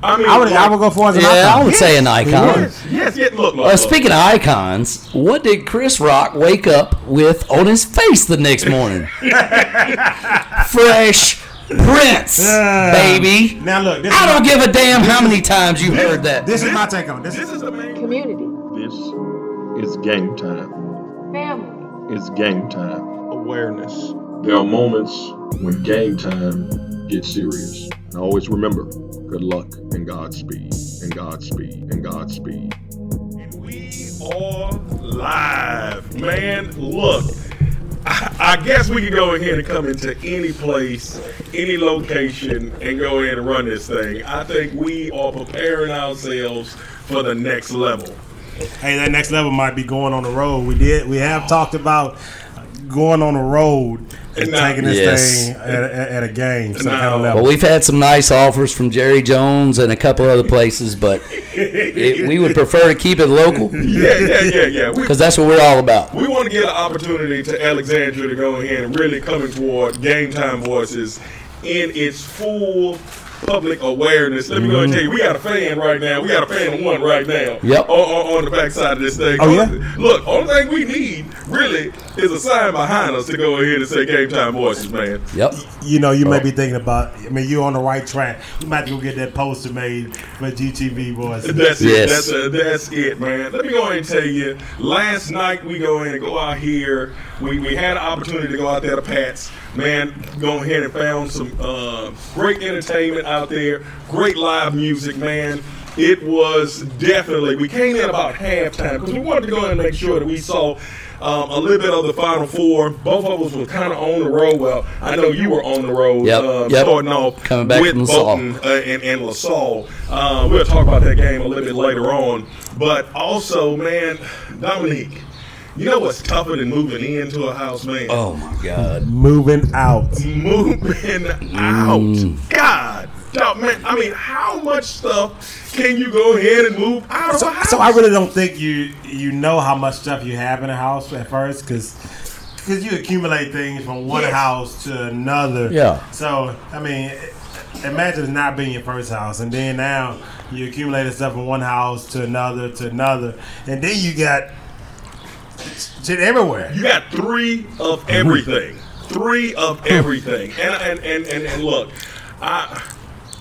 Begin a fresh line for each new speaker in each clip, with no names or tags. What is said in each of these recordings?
I mean,
I would I would go for as an
Yeah, I
icon.
would say an icon.
Yes, yes, yes. Look, look.
Uh,
look.
speaking of icons, what did Chris Rock wake up with on his face the next morning? Fresh Prince, baby.
Now look, this
I
is,
don't give a damn how many times you heard that.
this is my take on it. this.
this is the main.
community,
This is game time.
family.
It's game time.
awareness.
There are moments when game time gets serious. And always remember good luck and Godspeed, and Godspeed, and Godspeed.
And we are live, man. Look, I, I guess we can go in here and come into any place, any location, and go in and run this thing. I think we are preparing ourselves for the next level.
Hey, that next level might be going on the road. We did. We have talked about going on the road and
Nah.
taking this
Yes.
thing at, at, at a game, some kind of
No.
Well,
level.
we've had some nice offers from Jerry Jones and a couple other places, but it, we would prefer to keep it local
Yeah, yeah, yeah, yeah. We,
because that's what we're all about.
we want to get an opportunity to Alexandria to go in and really coming toward game time voices in its full public awareness. Let me go and tell you, we got a fan right now. We got a fan of one right now.
Yep.
On, on, on the backside of this thing.
Oh, yeah?
Look, only thing we need really is a sign behind us to go ahead and say game time voices, man.
Yep.
You know, you may be thinking about. I mean, you're on the right track. We might have to go get that poster made for GTV boys.
That's it.
Yes.
That's, uh, that's it, man. Let me go ahead and tell you. Last night we go in and go out here. We, we had an opportunity to go out there to Pats. Man, go ahead and found some uh, great entertainment out there. Great live music, man. It was definitely. We came in about halftime because we wanted to go in and make sure that we saw um, a little bit of the Final Four. Both of us were kind of on the road. Well, I know you were on the road,
Yep,
uh,
yep.
starting off
Coming back
with
from LaSalle.
Bolton uh, and, and LaSalle. Uh, we'll talk about that game a little bit later on. But also, man, Dominique, you know what's tougher than moving into a house, man?
Oh my God.
Moving out.
Moving out.
Mm.
God. Dog, man, I mean, how much stuff can you go ahead and move out of a
So,
house?
so I really don't think you you know how much stuff you have in a house at first because because you accumulate things from one
Yes.
house to another.
Yeah.
So I mean, imagine it not being your first house, and then now you accumulated stuff from one house to another to another, and then you got shit everywhere.
You got three of everything. Three of everything. And and and and, and look, I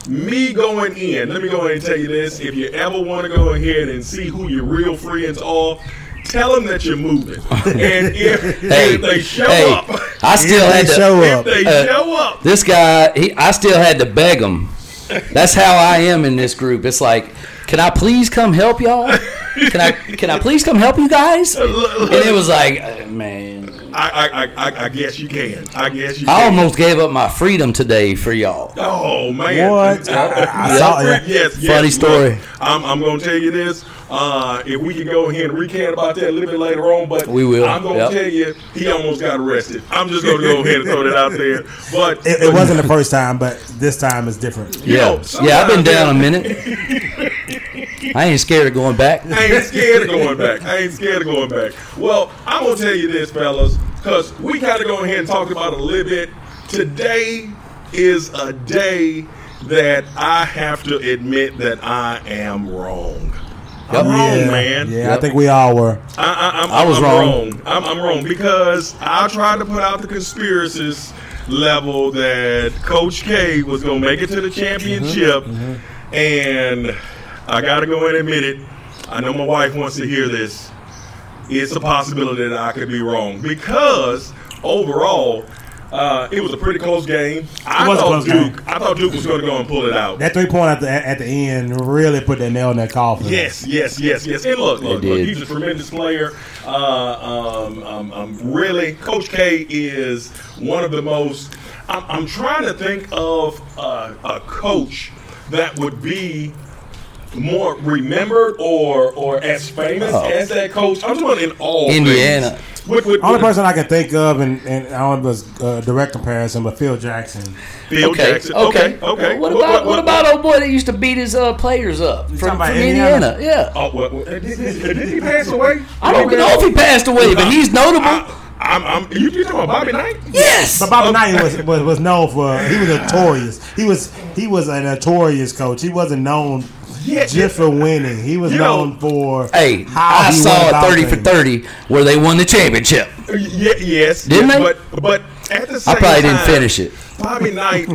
me going in, let me go ahead and tell you this. If you ever want to go ahead and see who your real friends are, tell them that you're moving. And if,
Hey,
if they show
hey,
up,
I still
Yeah,
had
they
to.
show
if they
Uh,
show up,
This guy, he, I still had to beg him. That's how I am in this group. It's like, can I please come help y'all? Can I can I please come help you guys? And it was like, uh, man,
I, I, I- I, I guess you can. I guess you
I
can.
almost gave up my freedom today for y'all.
Oh man!
What? I- I- I saw it.
Yes, yes.
Funny
look,
story.
I'm, I'm gonna tell you this. Uh, if we can go ahead and recant about that a little bit later on, but
We will,
I'm gonna
yep.
tell you, he almost got arrested. I'm just gonna go ahead and throw that out there. But
It, it wasn't the first time, but this time is different.
you know,
Yeah, yeah, I've
sometimes
been down a
that-
minute. I ain't scared of going back.
I ain't scared of going back. I ain't scared of going back. Well, I'm gonna tell you this, fellas, because we gotta go ahead and talk about it a little bit. Today is a day that I have to admit that I am wrong. I'm wrong,
yeah,
Oh, man.
Yeah, I think we all were.
I, I, I'm,
I was
I'm
wrong.
I'm, I'm wrong because I tried to put out the conspiracies level that Coach K was going to make it to the championship,
Mm-hmm.
and I got to go and admit it. I know my wife wants to hear this. It's a possibility that I could be wrong because overall. Uh, it was a pretty close game. I
It was a
thought
close game.
Duke. I thought Duke was going to go and pull it out.
That three point at the at the end really put that nail in that coffin.
Yes, yes, yes, yes. And look, look,
They
look
did.
he's a tremendous player. Uh, um, um, um, really, Coach K is one of the most. I'm, I'm trying to think of uh, a coach that would be more remembered or or as famous
Oh.
as that coach. I'm talking in all
Indiana.
Things. With, with,
Only
with
person I can think of, and, and I don't know if it's a direct comparison, but Phil Jackson.
Phil Jackson. Okay, okay.
What about what about old boy that used to beat his uh, players up
talking
from, from
about
Indiana?
Indiana?
Yeah,
Oh, well, well, did, did- did he pass away?
I don't
Did he
know
pass-
if he passed away, but he's notable.
I, I'm, I'm, you, you talking about Bobby Knight?
Yes.
But
Oh.
Bobby Knight was, was was known for he was notorious. He was he was a notorious coach. He wasn't known
Yeah,
just for winning. He was
You know-
known for
Hey,
how
I
he
saw
went
a
about
thirty for
things.
thirty where they won the championship.
Yeah, yes.
Didn't
yes,
they?
But but at the same
probably
time,
didn't finish it.
Bobby Knight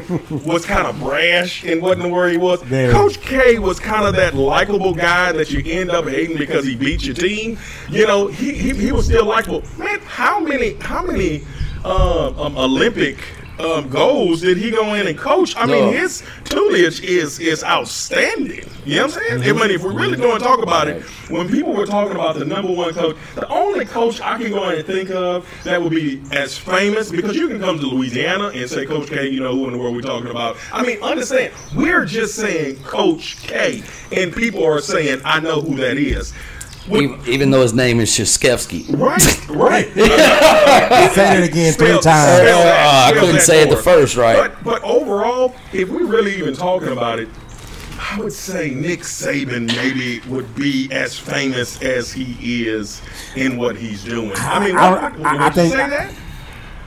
was kind of brash and wasn't where he was.
Very.
Coach K was kind of that likable guy that you end up hating because he beat your team. You know, he he, he was still likable. Man, how many how many um, um, Olympic um, goals did he go in and coach? I mean,
No.
his tutelage is is outstanding. You know what I'm saying? I mean, if we really going to talk about it, when people were talking about the number one coach, the only coach I can go in and think of that would be as famous because you can come to Louisiana and say Coach K, you know who in the world we're talking about. I mean, understand, we're just saying Coach K, and people are saying, I know who that is. When-
Even, even though his name is Shashkevsky.
right, right.
Say that again three
Spell-
times.
spell that,
Uh, I
spell
couldn't
that
say it the
for.
first right.
But, but overall, if we really even talking about it, I would say Nick Saban maybe would be as famous as he is in what he's doing. I mean,
I-
what-
I-
would
I
you
think-
say that?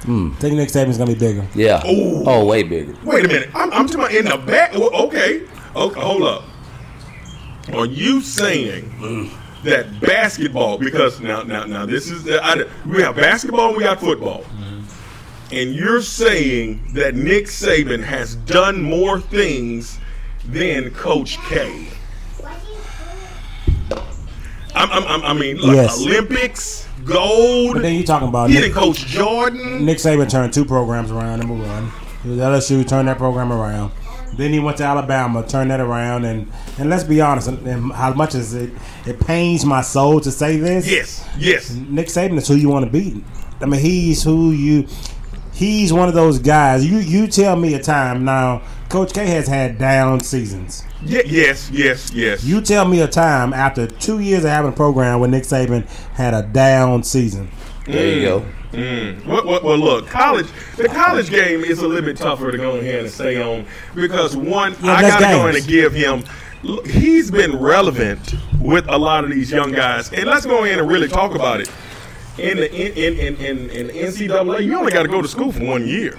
I think Nick Saban's gonna be bigger.
Yeah.
Ooh.
Oh, way bigger.
Wait a minute. I'm, I'm talking about in the back. well, Okay. Okay. Hold up. Are you saying that basketball? Because now, now, now, this is I, we have basketball. and We got football. And you're saying that Nick Saban has done more things than Coach K. I'm, I'm, I'm, I mean, like
Yes.
Olympics, gold.
But then you're talking about
He didn't
Nick,
coach Jordan.
Nick Saban turned two programs around. Number one, he was LSU, turned that program around. Then he went to Alabama, turned that around, and and let's be honest, and, and how much as it it pains my soul to say this,
Yes. Yes.
Nick Saban is who you want to beat. I mean, he's who you. He's one of those guys. You you tell me a time now. Coach K has had down seasons.
Ye- Yes. Yes. Yes.
You tell me a time after two years of having a program when Nick Saban had a down season.
There you
Mm.
go.
Well, well, well, look, college. The college game is a little bit tougher to go in here and stay on because one, I
that's
gotta go in
games.
and give him. look, He's been relevant with a lot of these young guys, and let's go in and really talk about it. In the in in in, in, in NCAA, you only got to go to school for one year.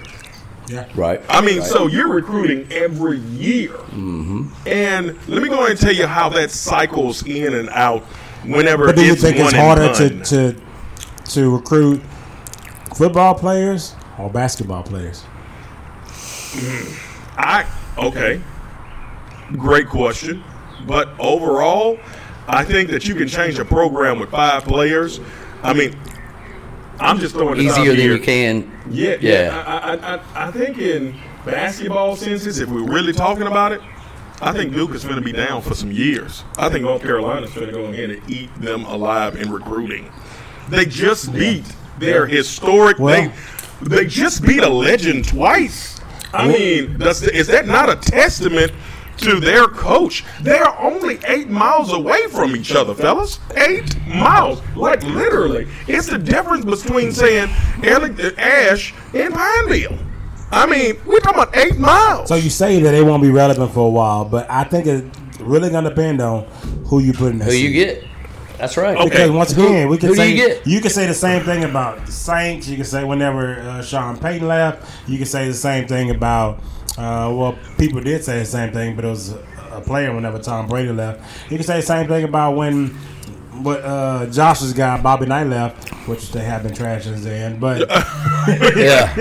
Right.
I mean, so you're recruiting every year.
Mm-hmm.
And let me go ahead and tell you how that cycles in and out whenever
But do you
it's
think
one
it's
and
harder to,
done.
to to recruit football players or basketball players?
I okay. Great question. But overall, I think that you can change a program with five players. I mean, I'm just throwing this out
Easier than
here.
you can.
Yeah, yeah.
Yeah.
I, I, I, I think in basketball senses, if we're really talking about it, I think Duke is going to be down for some years. I think North Carolina's going to go ahead and eat them alive in recruiting. They just beat their historic.
Well-
they, they just beat a legend twice. I mean, does, is that not a testament to their coach? They're only eight miles away from each other, fellas. Eight miles, like literally. It's the difference between saying Alec, Ash and Pineville. I mean, we're talking about eight miles.
So you say that they won't be relevant for a while, but I think it's really gonna depend on who you put in.
Who you get? That's right.
Okay.
Because once again, we can
who do
say
you get?
can say the same thing about the Saints. You can say whenever uh, Sean Payton left, you can say the same thing about. Uh, well, people did say the same thing, but it was a a player whenever Tom Brady left. You can say the same thing about when what uh, Josh's guy Bobby Knight left, which they have been trash since then. But
Uh, Yeah.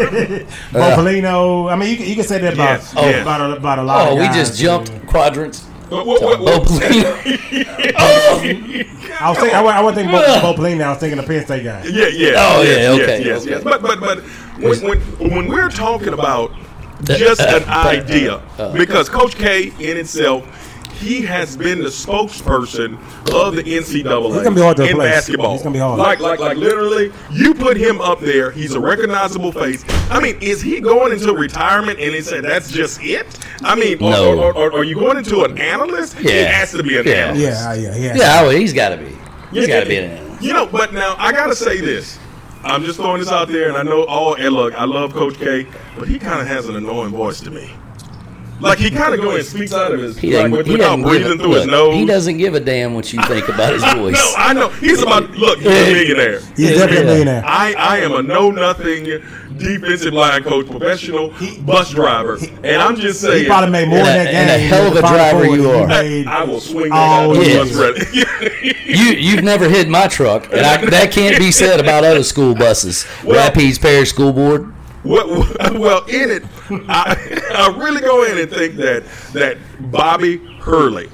Bopolino, I mean, you can, you can say that about
Yes, yes.
about, a, about a lot.
Oh,
of
we
guys.
just jumped quadrants.
Wha- wha- wha-
Oh, please.
Oh, I was thinking, I, wa- I wasn't thinking about Bopolino. I was thinking the Penn State guy.
Yeah, yeah.
Oh,
yes,
yeah,
yes,
okay,
Yes,
okay.
yes. But but but when when, when we're talking about
That-
just an
uh, uh,
idea, because Coach K in itself, he has been the spokesperson of the NCAA
He's gonna be hard to
in
replace.
basketball.
He's gonna be hard.
Like like like literally, you put him up there. He's a recognizable face. I mean, is he going into retirement and he said that's just it? I mean, or-
No.
or, or, or are you going into an analyst? He
Yeah.
has to be an
Yeah.
analyst.
Yeah, yeah, yeah.
Yeah, oh, he's got to be. He's
Yeah,
got to be
yeah,
in it.
You know, but now I gotta say this. I'm just throwing this out there, and I know all. And look, I love Coach K, but he kind of has an annoying voice to me. Like he kind of go and speaks out of his
He
like
doesn't.
with-
he
without
doesn't
breathing
give a,
through his
look,
nose.
He doesn't give a damn what you think about his voice.
No, I know he's about look. He's a millionaire.
He's definitely a millionaire.
I, I am a know nothing defensive line coach, professional bus driver, and I'm just saying.
He probably made more in
And a-
that game.
and a hell of
than
a
Final
driver
Four
you
than
are.
made.
I will swing
Oh,
that
yeah.
out of the bus
You you've never hid my truck, and I, that can't be said about other school buses.
Well-
Rapids Parish School Board.
What, well, in it, I, I really go in and think that that Bobby Hurley,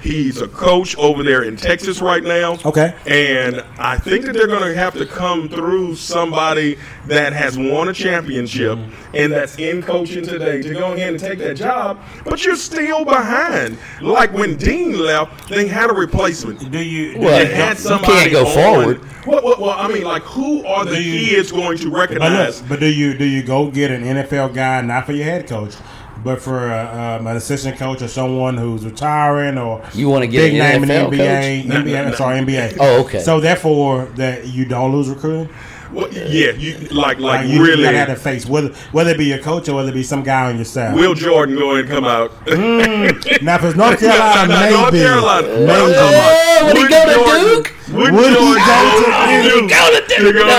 he's a coach over there in Texas right now.
Okay.
And I think that they're going to have to come through somebody that has won a championship and that's in coaching today to go ahead and take that job. But you're still behind. Like when Dean left, they had a replacement.
Do you? do
What?
They
you-
You
had
can't
somebody
go
on-
forward.
Well, well, well, I mean, like, who are the
Do you-
kids going to
But,
recognize?
look, but do you do you go get an NFL guy not for your head coach, but for uh, um, an assistant coach or someone who's retiring or
You wanna get
big
an
name
NFL
in the NBA?
coach?
NBA Sorry, NBA.
Oh, okay.
So therefore, that you don't lose recruiting.
Well, yeah, you like like,
Like, you
really.
really had to face whether whether it be your coach or whether it be some guy on your staff.
Will Jordan go and come out?
now, if it's North
Not- not
Carolina, maybe.
North Carolina. But I'm talking
Yeah,
about
would he
Would
go to
Jordan-
Duke?
Would,
Would he
Jordan
go to
Duke?
Duke?
To go to Duke?
No.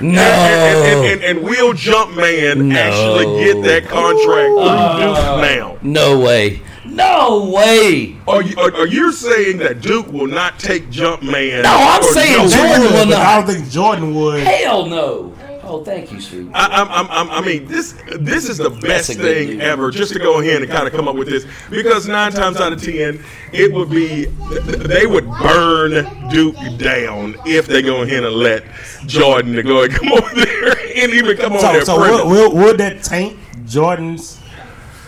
And,
No.
and, and, and, and will Jumpman
No.
actually get that contract through Duke now?
No way. No way.
Are you are, are you saying that Duke will not take Jumpman?
No, I'm
or
saying
no-
They would,
Jordan will
but I
not.
don't think Jordan would.
Hell no. Oh, thank you, sweet.
I, I'm, I'm, I'm, I mean, this this is the best
a good
thing
news.
ever. Just to go ahead and kind of come up with this, because nine times out of ten, it would be they would burn Duke down if they go ahead and let Jordan to go and come over there and even come
Oh,
over
So,
there.
so
friendly.
will, will, would that taint Jordan's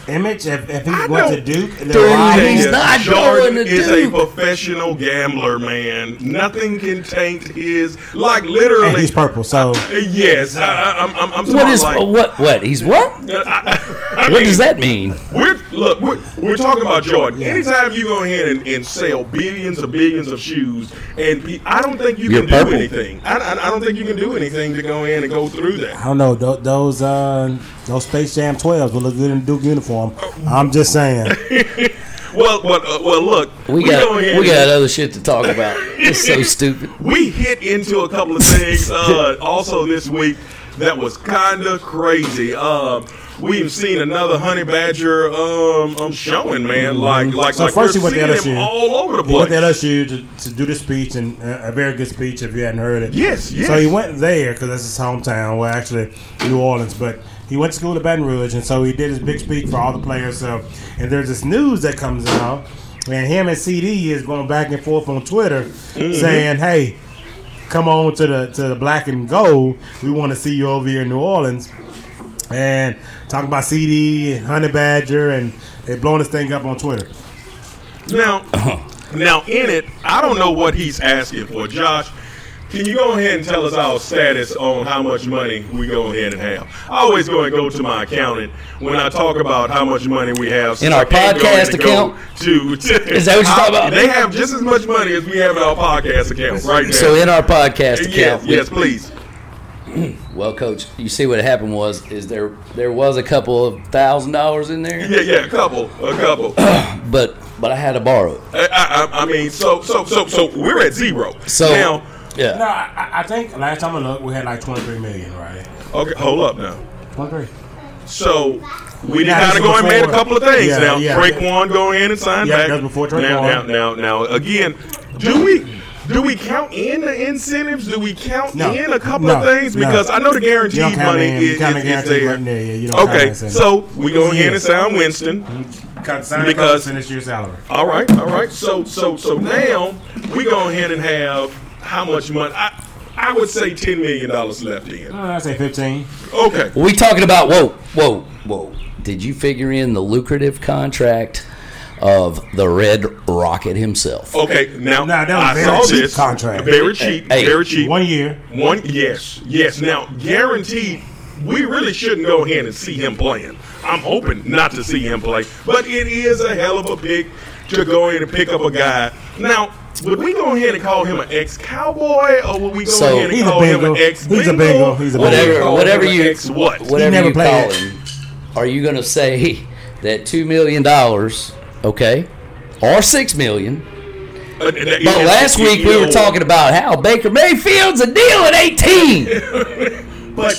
image if, if he went to
know.
Duke? And
Dude,
then
Tell
lied?
Ah, he's
you,
not
Jordan
going to
is
Duke.
a professional gambler, man. Nothing can taint his like literally.
and he's purple. So
Yes, I, I, I'm. I'm, I'm
What is
like,
what? What? He's what?
I
What
mean,
does that mean?
We're look, we're, we're talking about Jordan. Anytime you go ahead and, and sell billions and billions of shoes, and pe- I don't think you
You're
can
purple.
do anything. I, I, I don't think you can do anything to go in and go through
I
that.
don't know. tho- Those uh, those Space Jam 12s will look good in Duke uniform. I'm just saying.
Well, well, uh, well look,
We
go
got
ahead
we got
and-
other shit to talk about. It's so stupid.
we hit into a couple of things uh, also this week that was kind of crazy. Um, we've seen another honey badger um, um showing, man. Like like
So
like
first he
we're
went to
seeing him
LSU.
all over the
He went to
place.
LSU to, to do the speech and uh, a very good speech if you hadn't heard it.
Yes, yes.
So he went there because that's his hometown. Well, actually, New Orleans, but he went to school at Baton Rouge, and so he did his big speech for all the players. So, and there's this news that comes out, and him and CD is going back and forth on Twitter,
Mm-hmm.
saying, "Hey, come on to the to the black and gold. We want to see you over here in New Orleans." And talking about CD, and Honey Badger, and they blowing this thing up on Twitter.
Uh-huh.
Now, now in it, I don't know what he's asking for. Josh, can you go ahead and tell us our status on how much money we go ahead and have? I always go and go to my accountant when I talk about how much money we have. so
In
I
our
can't go ahead
podcast
and go
account?
To,
Is that what you're talking about?
They have just as much money as we have in our podcast account right now.
So in our podcast
yes,
account, we-
yes, please.
well, coach, you see what happened was is there there was a couple of thousand dollars in there,
Yeah, yeah, a couple, a couple.
but but I had to borrow it.
I, I, I- I mean, so, so, so, so we're at zero.
So
now,
No,
yeah,
I, I- I think last time I looked, we had like 23 million, right?
okay, hold up now.
23.
So we
Yeah,
got to
this
go
is
and made a
before-
couple of things
yeah,
now.
yeah.
Traquan go in and sign
Yeah,
back.
that's before Traquan.
Now, now, now, now, again, do we? Do we count in the incentives? Do we count
No.
in a couple
No.
of things?
No.
Because I know the
You don't
guaranteed
count
money
in. You
is,
kind
is,
of
is
guarantee
there.
money. Yeah, you don't
Okay, so we go in and
Yes.
sign Winston.
cut sign
because-
because and it's your salary.
All right, all right. So, so, so now we go ahead and have how much money? I, I would say ten million dollars left in.
I Uh, say 15.
Okay.
we talking about whoa whoa whoa. Did you figure in the lucrative contract of the Red Rocket himself?
Okay, now
Nah, that was
I
very
saw
cheap
this
contract.
Very cheap,
Hey.
very cheap.
One year.
One, yes, yes. Now, guaranteed, we really shouldn't go ahead and see him playing. I'm hoping not to see him play, but it is a hell of a pick to go in and pick up a guy. Now, would we go ahead and call him an ex-cowboy, or would we go
So-
ahead and
He's a
call him
bingo.
an ex?
He's a bingo. He's a bingo.
whatever, whatever you
ex what?
whatever
never
you
played
call
it.
him, are you gonna say that two million dollars, okay, or six million.
But uh,
But last week we were talking about how Baker Mayfield's a deal at eighteen.
But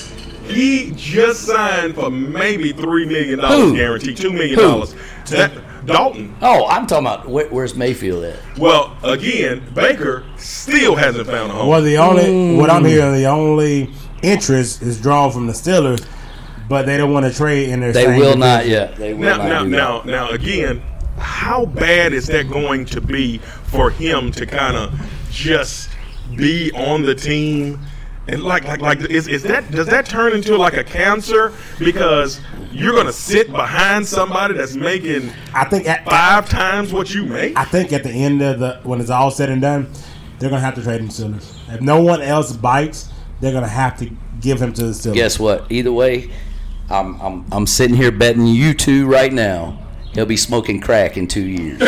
he just signed for maybe three million dollars
Who?
guaranteed, two million
Who?
dollars. That Dalton.
Oh, I'm talking about where, where's Mayfield at?
Well, again, Baker still hasn't found a home.
Well, the only what
Mm.
I'm hearing, the only interest is drawn from the Steelers, but they don't want to trade in their.
They
same
will
division.
not. Yeah, they
now,
will not.
now,
do that.
now, now, again, how bad is that going to be for him to kind of just be on the team? And like, like, like, is, is that does that turn into like a cancer because you're gonna sit behind somebody that's making
I think at,
five times what you make?
I think at the end of the when it's all said and done, they're gonna have to trade him to the Steelers. If no one else bites, they're gonna have to give him to the Steelers.
Guess what? Either way, I'm I'm I'm sitting here betting you two right now. He'll be smoking crack in two years.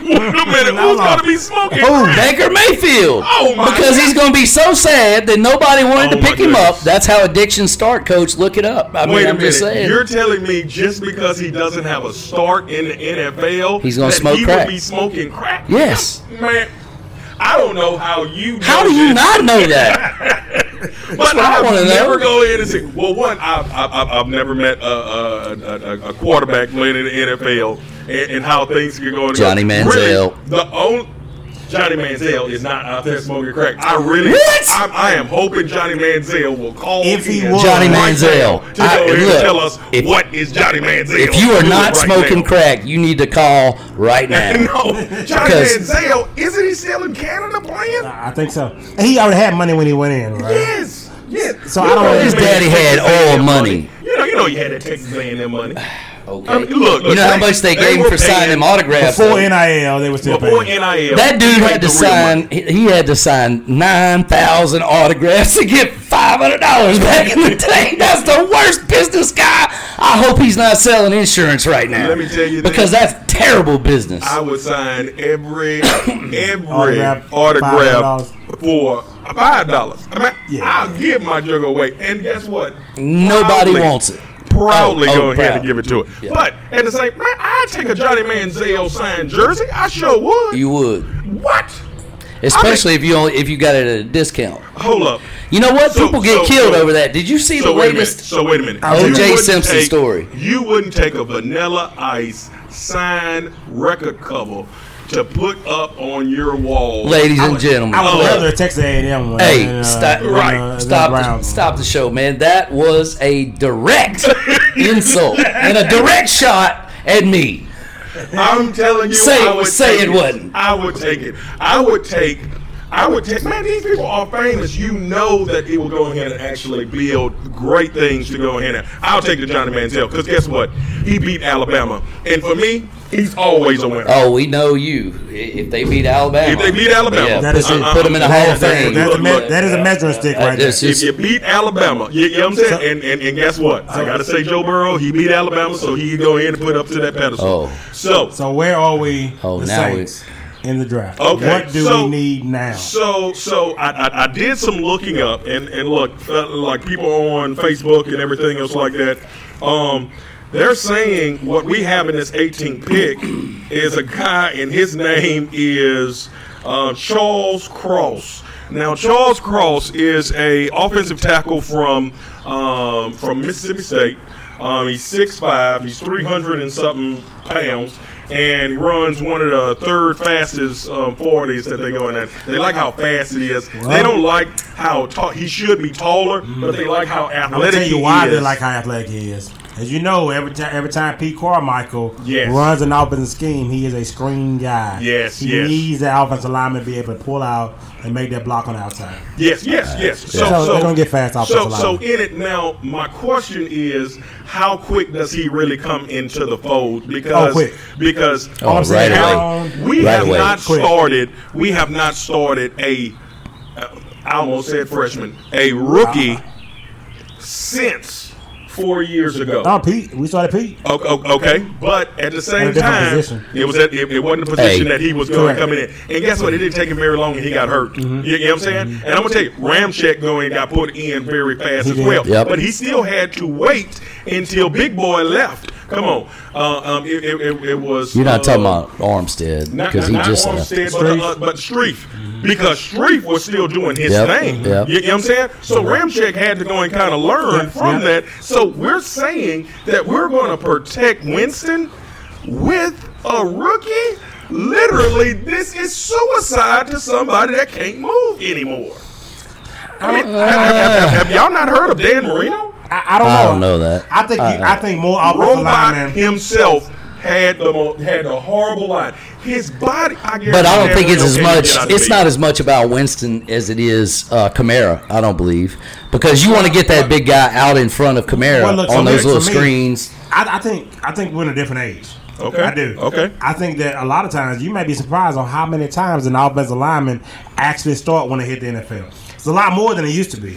Wait a minute,
No,
who's
no.
gonna be smoking?
Who?
crack?
Oh, Baker Mayfield.
Oh, my
Because he's going to be so sad that nobody wanted
Oh,
to
my
pick him
goodness.
up. That's how addictions start, coach. Look it up. I mean,
Wait a
I'm just
minute.
saying.
You're telling me just because he doesn't have a start in the NFL,
He's gonna
that
smoke
he
crack.
would be smoking crack?
Yes.
man. I don't know how you.
How
know
do you
this,
not know that?
But
what I
I've
wanna know.
never go in and say. Well, one, I've I've, I've, I've never met a, a, a- a, a quarterback playing in the NFL and, and how things can go.
Johnny Manziel.
Really, the only. Johnny Manziel is not out there smoking crack. I really,
What?
I'm, I am hoping Johnny Manziel will call
If he
in
would.
Johnny
right
Manziel.
now to
I-
go here and
look,
tell us
if-
what is Johnny Manziel.
If you are
doing
not
right
smoking
now.
crack, you need to call right now.
no, Johnny
Because-
Manziel isn't he still in Canada playing?
I think so. And he already had money when he went in, right?
Yes. Yes.
So
You
I don't
know
know
you
his
made
daddy
Texas
had oil
A&M
money.
You know, you know, you had that Texas A&M money.
Okay.
I mean, look,
you know
look,
how much they,
they
gave him
were
for signing
paying
them autographs.
Before
though.
NIL, they were still
Before
paying.
NIL,
that
you
dude
made
had
the
to
real
sign.
money.
He he had to sign nine thousand autographs to get five hundred dollars back in the day. That's the worst business guy. I hope he's not selling insurance right now.
Let me tell you this.
because that's terrible business.
I would sign every every
Autograph,
autograph,
$500.
for five dollars. I mean,
Yeah.
I'll give my jug away, and guess what?
Nobody
Proudly-
wants it.
Proudly
Oh, oh,
go ahead
proud.
and give it to it. But at the same, man, I take a Johnny Manziel signed jersey. I sure would.
You would,
what?
especially if you only, if you got it at a discount.
Hold up.
You know what?
So-
People get
so-
killed
so-
over that. Did you see
So
the
wait a minute.
latest?
So wait a minute.
O.J.
You wouldn't
Simpson
take-
story.
You wouldn't take a Vanilla Ice signed record cover to put up on your wall,
Ladies and gentlemen,
I would
Oh.
rather Texas A&M. one
Hey,
than, uh,
stop!
than,
right,
uh, than
stop! The,
Browns.
stop the show, man. That was a direct insult and a direct shot at me.
I'm telling you,
Say-
I would
say
take
it wasn't.
I would take it. I would take. I would take. Man, these people are famous. You know that they will go ahead and actually build great things to go ahead and. I'll take the Johnny Manziel because guess what? He beat Alabama, and for me, he's always a winner.
Oh, we know you. I- If they beat Alabama,
If they beat Alabama.
That is
put,
it.
put them in the Hall of
That- that-
Fame.
that's a me-
Look,
that is a measuring stick
Uh,
right there.
this is-
if you beat Alabama, you, you know what I'm saying? and, and and guess what? I gotta say Joe Burrow, he beat Alabama, so he can go in and put up to that pedestal.
Oh.
So
So where are we?
Oh,
the
now
Saints in the draft.
Okay,
What do
so-
we need now?
so so I, I, I did some looking up and, and look uh, like people on Facebook and everything else like that. Um, they're saying what we have in this 18th pick is a guy and his name is uh, Charles Cross. Now Charles Cross is a offensive tackle from um, from Mississippi State. Um, he's 6'5", he's 300 and something pounds, and he runs one of the third fastest um, 40s that they go in at. They like how fast it is. They don't like how tall, he should be taller, but they like how
I'm gonna
athletic
Mm-hmm. tell you
he
why
is.
they like how athletic he is. As you know, every time every time Pete Carmichael
Yes.
runs an offensive scheme, he is a screen guy.
Yes,
he
yes.
needs the offensive lineman to be able to pull out and make that block on the outside.
Yes, yes, yes. So,
So
so,
they're gonna get fast
So,
offensive
so
linemen.
in it now, my question is, how quick does he really come into the fold? Because
Oh, quick.
because
Oh,
I'm saying
right
how-
away.
we
Right
have
away.
not
Quick.
started. We have not started a. uh, I almost said freshman, a rookie
Ah.
since four years ago.
No, Uh, Pete, we started Pete.
O- o- Okay, but at the
At
same
a different
time,
position.
it was at, it, it wasn't the position
Hey.
that he was going
Correct.
coming in. And guess what? It didn't take him very long, and he got hurt.
Mm-hmm.
You, know what I'm saying? And I'm gonna tell you, Ramchek going got put in very fast
He
as
did.
well.
Yep.
But he still had to wait until Big Boy left Come on. Uh, um, it, it, it, it was.
You're not
uh,
talking about Armstead
Not,
because he
not
just left.
Armstead, but, uh, but Streif, because Streif was still doing his
Yep,
thing.
yep.
You, you know what I'm saying? So Ramchek had to go and kind of learn
Yeah,
from
yeah.
that. So we're saying that we're going to protect Winston with a rookie. Literally, this is suicide to somebody that can't move anymore. I mean, have, have- have- have y'all not heard of Dan Marino?
I, I don't know.
I don't know that.
I think he, I think more offensive
Robot
linemen.
himself had the mo- had a horrible line. His body, I guarantee
But I
Dan
don't think it's
Marino
as
can't
much.
get out of
It's
the
not as much about Winston as it is uh, Kamara. I don't believe because you want to get that big guy out in front of Kamara
Well, look, to
on
me-
those little
to me-
screens.
I, I think I think we're in a different age.
Okay.
I do.
Okay.
I think that a lot of times you may be surprised on how many times an offensive lineman actually start when they hit the NFL. It's a lot more than it used to be.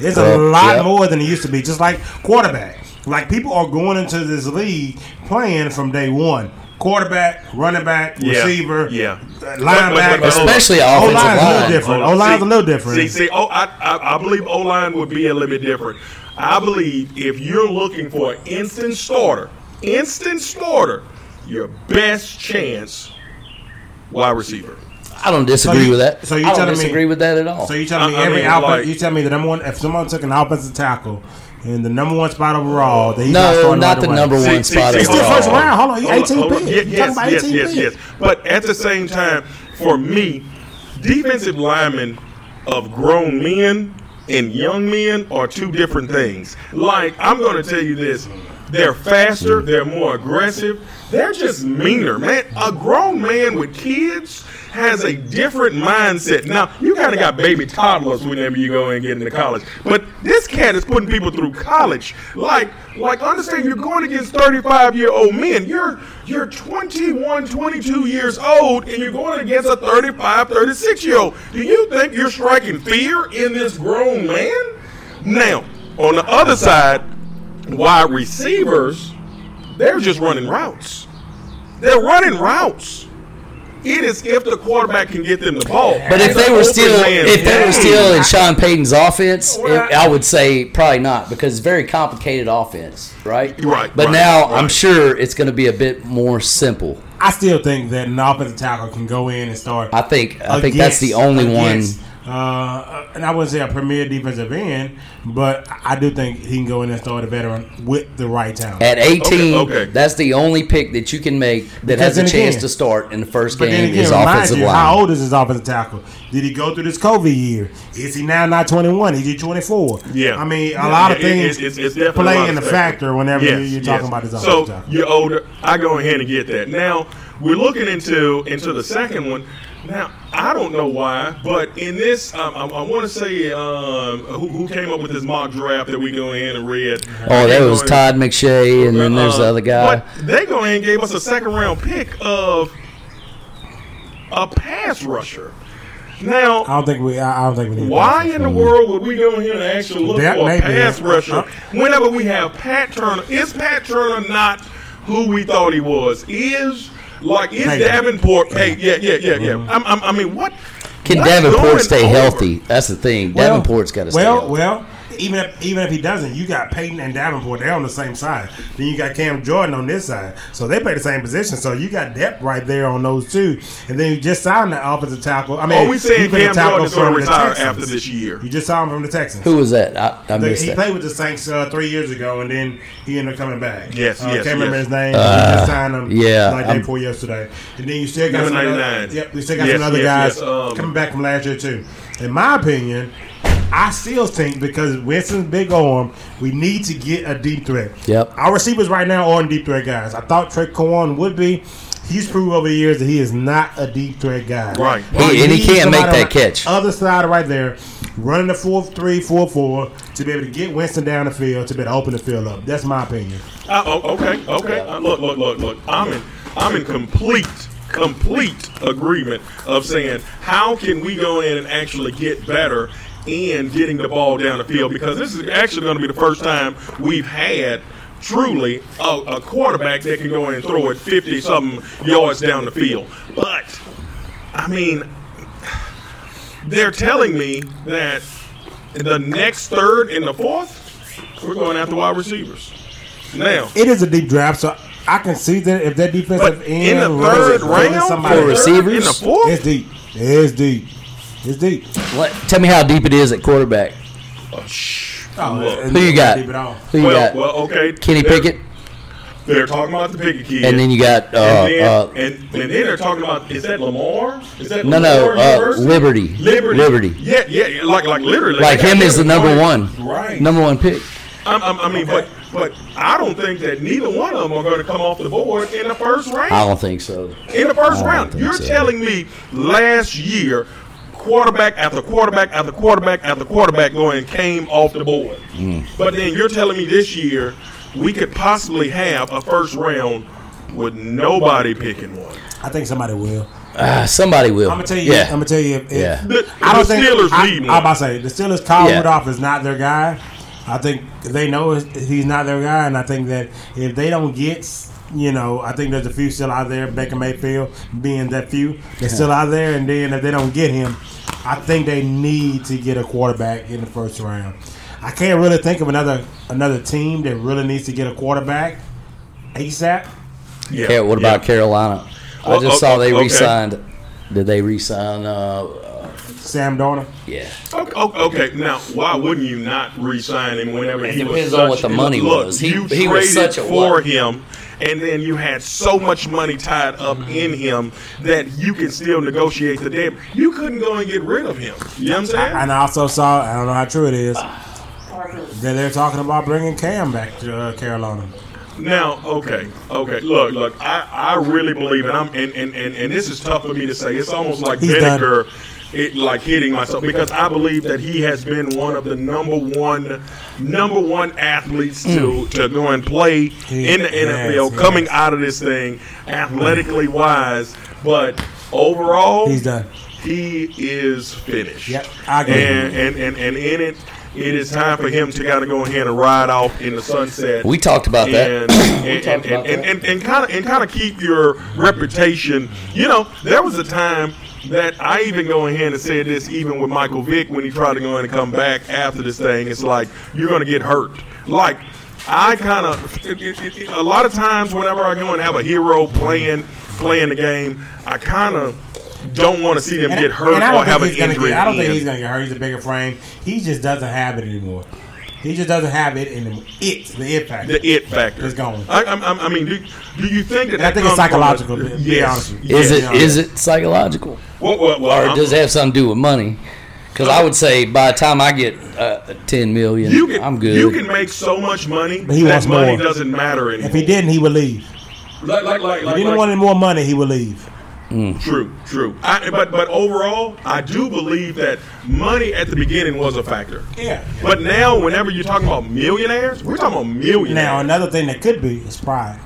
It's a
Well,
lot
yeah.
more than it used to be. Just like quarterback, like people are going into this league playing from day one. Quarterback, running back,
Yeah.
receiver,
Yeah.
linebacker,
But- but- but-
Especially
O
offensive
line's a little
line.
different.
Oh,
O line's
see-
a little different.
See, see, oh, I, I, I believe O line would be a little bit different. I believe if you're looking for an instant starter, instant starter, your best chance wide receiver.
I don't disagree
you-
with that.
so you
I don't
telling me-
disagree with that at all.
So you telling me
I- I
every
mean,
outfit?
like-
you telling me the number one? If someone took an offensive tackle in the number one spot overall, then he's not
no,
starting
not
right
the
away.
number
See,
one
see, see,
spot. at
It's still
hold
all.
first round. Hold on, you
Hold
18
hold
pick.
Ye-
You
Yes,
talking about
yes,
18
yes,
pick.
yes. But at the same time, for me, defensive linemen of grown men and young men are two different things. Like I'm going to tell you this: they're faster, they're more aggressive, they're just meaner. Man, a grown man with kids has a different mindset. Now you kind of got baby toddlers whenever you go and get into college, but this cat is putting people through college. Like, like understand you're going against 35 year old men. You're you're 21, 22 years old, and you're going against a 35, 36 year old. Do you think you're striking fear in this grown man? Now, on the other side, wide receivers, they're just running routes. They're running routes. It is if the quarterback can get them the ball.
But if
It's
they
an
were
open
still,
man
if they were
game.
still in Sean Payton's offense, it-
Well, I-
I would say probably not because it's very complicated offense, right?
Right,
But
right,
now I'm
right.
sure it's going to be a bit more simple.
I still think that an offensive tackle can go in and start.
I think. I think that's the
against-
only
against,
one.
Uh, and I wouldn't say a premier defensive end, but I do think he can go in and start a veteran with the right talent.
At 18,
Okay, okay.
that's the only pick that you can make that
Because
has a
then
chance
again-
to start in the first
But then
game
again,
is
remind
offensive
you,
line.
how old is his offensive tackle? Did he go through this COVID year? Is he now not 21? Is he 24?
Yeah,
I mean, a
Yeah,
lot of
yeah, it-
things
it's- it's definitely a
play
lot
in the
of
factor whenever you- you're talking about this
So
offensive tackle.
you're older. I go ahead and get that. Now we're looking into into the second one. Now I don't know why, but in this, um, I, I want to say um, who, who came up with this mock draft that we go in and read.
oh, that was Todd McShay, and then there's the
Uh,
other guy.
But they go ahead and gave us a second round pick of a pass rusher. Now
I don't think we. I I don't think we need.
why
that.
in the world would we go here and actually look
That
for
may
a
be
pass
it.
rusher
Uh,
whenever we have Pat Turner? Is Pat Turner not who we thought he was? Is like is
Hey.
Davenport? Hey, yeah, yeah, yeah, yeah.
Mm-hmm.
I'm, I'm, I mean, what
Can
what's going
Davenport stay
over?
healthy? That's the thing. Davenport's got to stay
Well,
healthy.
well, even if even if he doesn't, you got Peyton and Davenport. They're on the same side. Then you got Cam Jordan on this side, so they play the same position. So you got depth right there on those two. And then you just signed the offensive tackle. I mean,
Are we saying
defensive
Cam Jordan's going
from
to
the
retire
Texans.
after this year?
You just saw him from the Texans.
Who was that? I, I
The-
missed
he
that.
played with the Saints uh, three years ago, and then he ended up coming back.
Yes,
uh,
yes,
Can't remember
yes.
his name. we just signed him.
yeah,
like
I'm-
day before yesterday. And then you still got
Number
some other,
99.
Yep, you still got
Yes,
some other
yes,
guys
yes, um,
coming back from last year too. In my opinion, I still think because Winston's big arm, we need to get a deep threat.
Yep.
Our receivers right now aren't deep threat guys. I thought Trey Cohen would be. He's proved over the years that he is not a deep threat guy.
Right.
We
He- and he
need
can't make
somebody on
that
the
catch.
Other side right there, running the 4 3, 4 4 to be able to get Winston down the field to be able to open the field up. That's my opinion.
Uh, oh, okay, okay. Uh, look, look, look, look. I'm in, I'm in complete, complete agreement of saying how can we go in and actually get better in getting the ball down the field because this is actually going to be the first time we've had truly a, a quarterback that can go in and throw it 50 something yards down the field. But I mean, they're telling me that the next third and the fourth, we're going after wide receivers. Now,
It is a deep draft, so I can see that if that defensive end
in the
runs
third
it, runs
round
somebody-
For receivers?
in the fourth,
it's deep. It's deep. It's deep.
What, tell me how deep it is at quarterback.
Oh, shh.
Oh,
Look.
it's-
Who you
it's
got?
not Deep at all.
Who you
well,
got?
well, okay.
Kenny
They're-
Pickett,
They're talking about the Pickett kid,
and then you got uh,
and then,
uh,
and, and then they're talking about is that Lamar? Is that
no, no,
Lamar
uh,
University?
Liberty,
Liberty, Yeah, yeah, yeah, like like literally,
Like him is the number one,
Right.
number one pick.
I'm, I'm, I mean, but but I don't think that neither one of them are going to come off the board in the first round.
I don't think so.
in the first
don't
round.
think
You're
so.
telling me last year, quarterback after quarterback after quarterback after quarterback going came off the board.
Mm.
But then you're telling me this year we could possibly have a first round with nobody picking one.
I think somebody will.
Ah, somebody will.
I'm gonna tell you.
Yeah.
I'm gonna tell you. If, if-
Yeah.
The,
I don't
the
think
Steelers
I,
need
I'm
one.
about to say the Steelers. Kyle
Yeah.
Rudolph is not their guy. I think they know it's- he's not their guy, and I think that if they don't get, you know, I think there's a few still out there. Baker Mayfield being that few, they're still out there, and then if they don't get him, I think they need to get a quarterback in the first round. I can't really think of another another team that really needs to get a quarterback ASAP.
Yeah,
Car- what
yeah.
about Carolina? I
Well,
just
o-
saw they
okay.
re-signed. Did they re-sign? Uh, uh,
Sam Darnold.
yeah.
Okay, o- okay, now why wouldn't you not re-sign him whenever
It
he was
depends
such,
on what the money
look,
was. He-
you
he
traded
was such a
for
what?
him, and then you had so much money tied up
Mm-hmm.
in him that you can still negotiate the damn. You couldn't go and get rid of him. You know what I'm saying?
And I also saw, I don't know how true it is, that they're talking about bringing Cam back to uh, Carolina.
Now, okay, okay. Look, look. I, I really believe, and I'm, and, and, and, and this is tough for me to say. It's almost like
He's done.
vinegar, it like hitting myself because I believe that he has been one of the number one, number one athletes to to go and play in the
Yes,
NFL,
Mm. yes.
coming out of this thing athletically wise, but overall,
He's done.
He is finished.
Yep, I agree.
And and, and and in it. It is time for him to kind of go ahead and ride off in the sunset
We talked about
and
that.
and and,
talked about
and,
that.
and, and kind of and kind of keep your reputation. You know, there was a time that I even go ahead and said this, even with Michael Vick when he tried to go in and come back after this thing. It's like you're going to get hurt. Like I kind of it- it- it- a lot of times whenever I go and have a hero playing playing the game, I kind of don't want to see them get hurt
and I don't
or have an
think he's gonna
injury.
Get, I don't think
in.
he's going to get hurt. He's a bigger frame. He just doesn't have it anymore. He just doesn't have it anymore. It, the it factor.
the it factor
It's gone.
I, I, I I mean, do, do you think that?
I
that
think
comes from
it's
a-
psychological, to be honest with you.
Is
yes.
it is it psychological,
Well, well, well,
or
I'm-
does it have something to do with money? Because I would say by the time I get uh, ten million,
You can,
I'm good.
You can make so much money
he
that
wants
money
more.
doesn't matter anymore.
if he didn't, he would leave.
like, like, like,
If
like,
he didn't want any more money, he would leave.
true, true. I, but but overall, I do believe that money at the beginning was a factor.
Yeah.
But now, whenever you're talking about millionaires, we're talking about millionaires.
Now, another thing that could be is pride.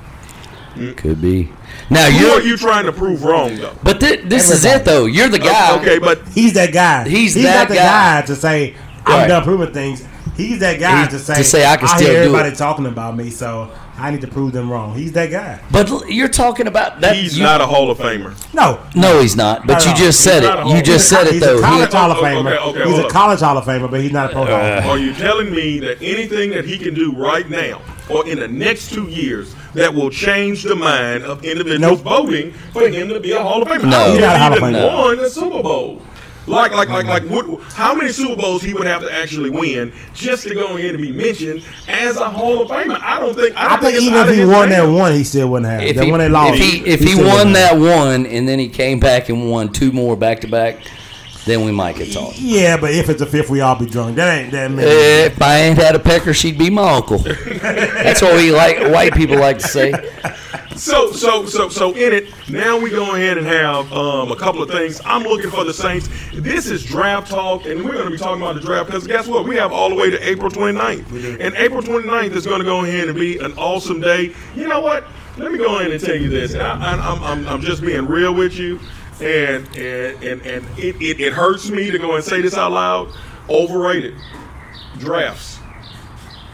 Could be. Now
Who
you're.
are you trying to prove wrong though?
but thi- this is
Everybody.
it though. You're the guy.
okay, but
He's that guy.
He's
not
that
the guy,
guy.
to say I'm
Right.
done proving things. He's that guy
He-
to say
to say, "I can still
hear
do
everybody
it."
talking about me, so I need to prove them wrong. He's that guy.
But l- you're talking about that.
he's
you-
not a Hall of Famer.
No,
No, he's not. But
No,
you
no,
just
he's
said
not a
it.
Hall
You
of
just
He's a-
said it
he's
though.
A
He-
college Hall of
Oh, okay,
Famer.
okay,
he's
hold
a
up.
college Hall of Famer, but he's not a pro. Hall of Famer.
Are you telling me that anything that he can do right now or in the next two years that will change the mind of individuals
Nope.
voting for him to be a Hall of Famer?
No.
He's
He's
not a Hall of
even
Famer.
won the Super Bowl. Like, like, like, like, what, how many Super Bowls he would have to actually win just to go in and be mentioned as a Hall of Famer? I don't think. I,
I
don't
think
it's
even
out
if
of
he
his
won that
hands.
one, he still wouldn't have.
if
that
he,
one they lost.
if he, if he
still
won
wouldn't have.
that one and then he came back and won two more back to back, then we might get talking.
Yeah, but if it's a fifth, we all be drunk. That ain't that many.
If I ain't had a pecker, she'd be my uncle. That's what we like. White people like to say.
So, so, so, so in it, now we go ahead and have um, a couple of things. I'm looking for the Saints. This is draft talk, and we're going to be talking about the draft because guess what? We have all the way to April 29th. And April 29th is going to go ahead and be an awesome day. You know what? Let me go ahead and tell you this. I, I, I'm, I'm, I'm just being real with you, and and and, and it, it, it hurts me to go and say this out loud. Overrated drafts.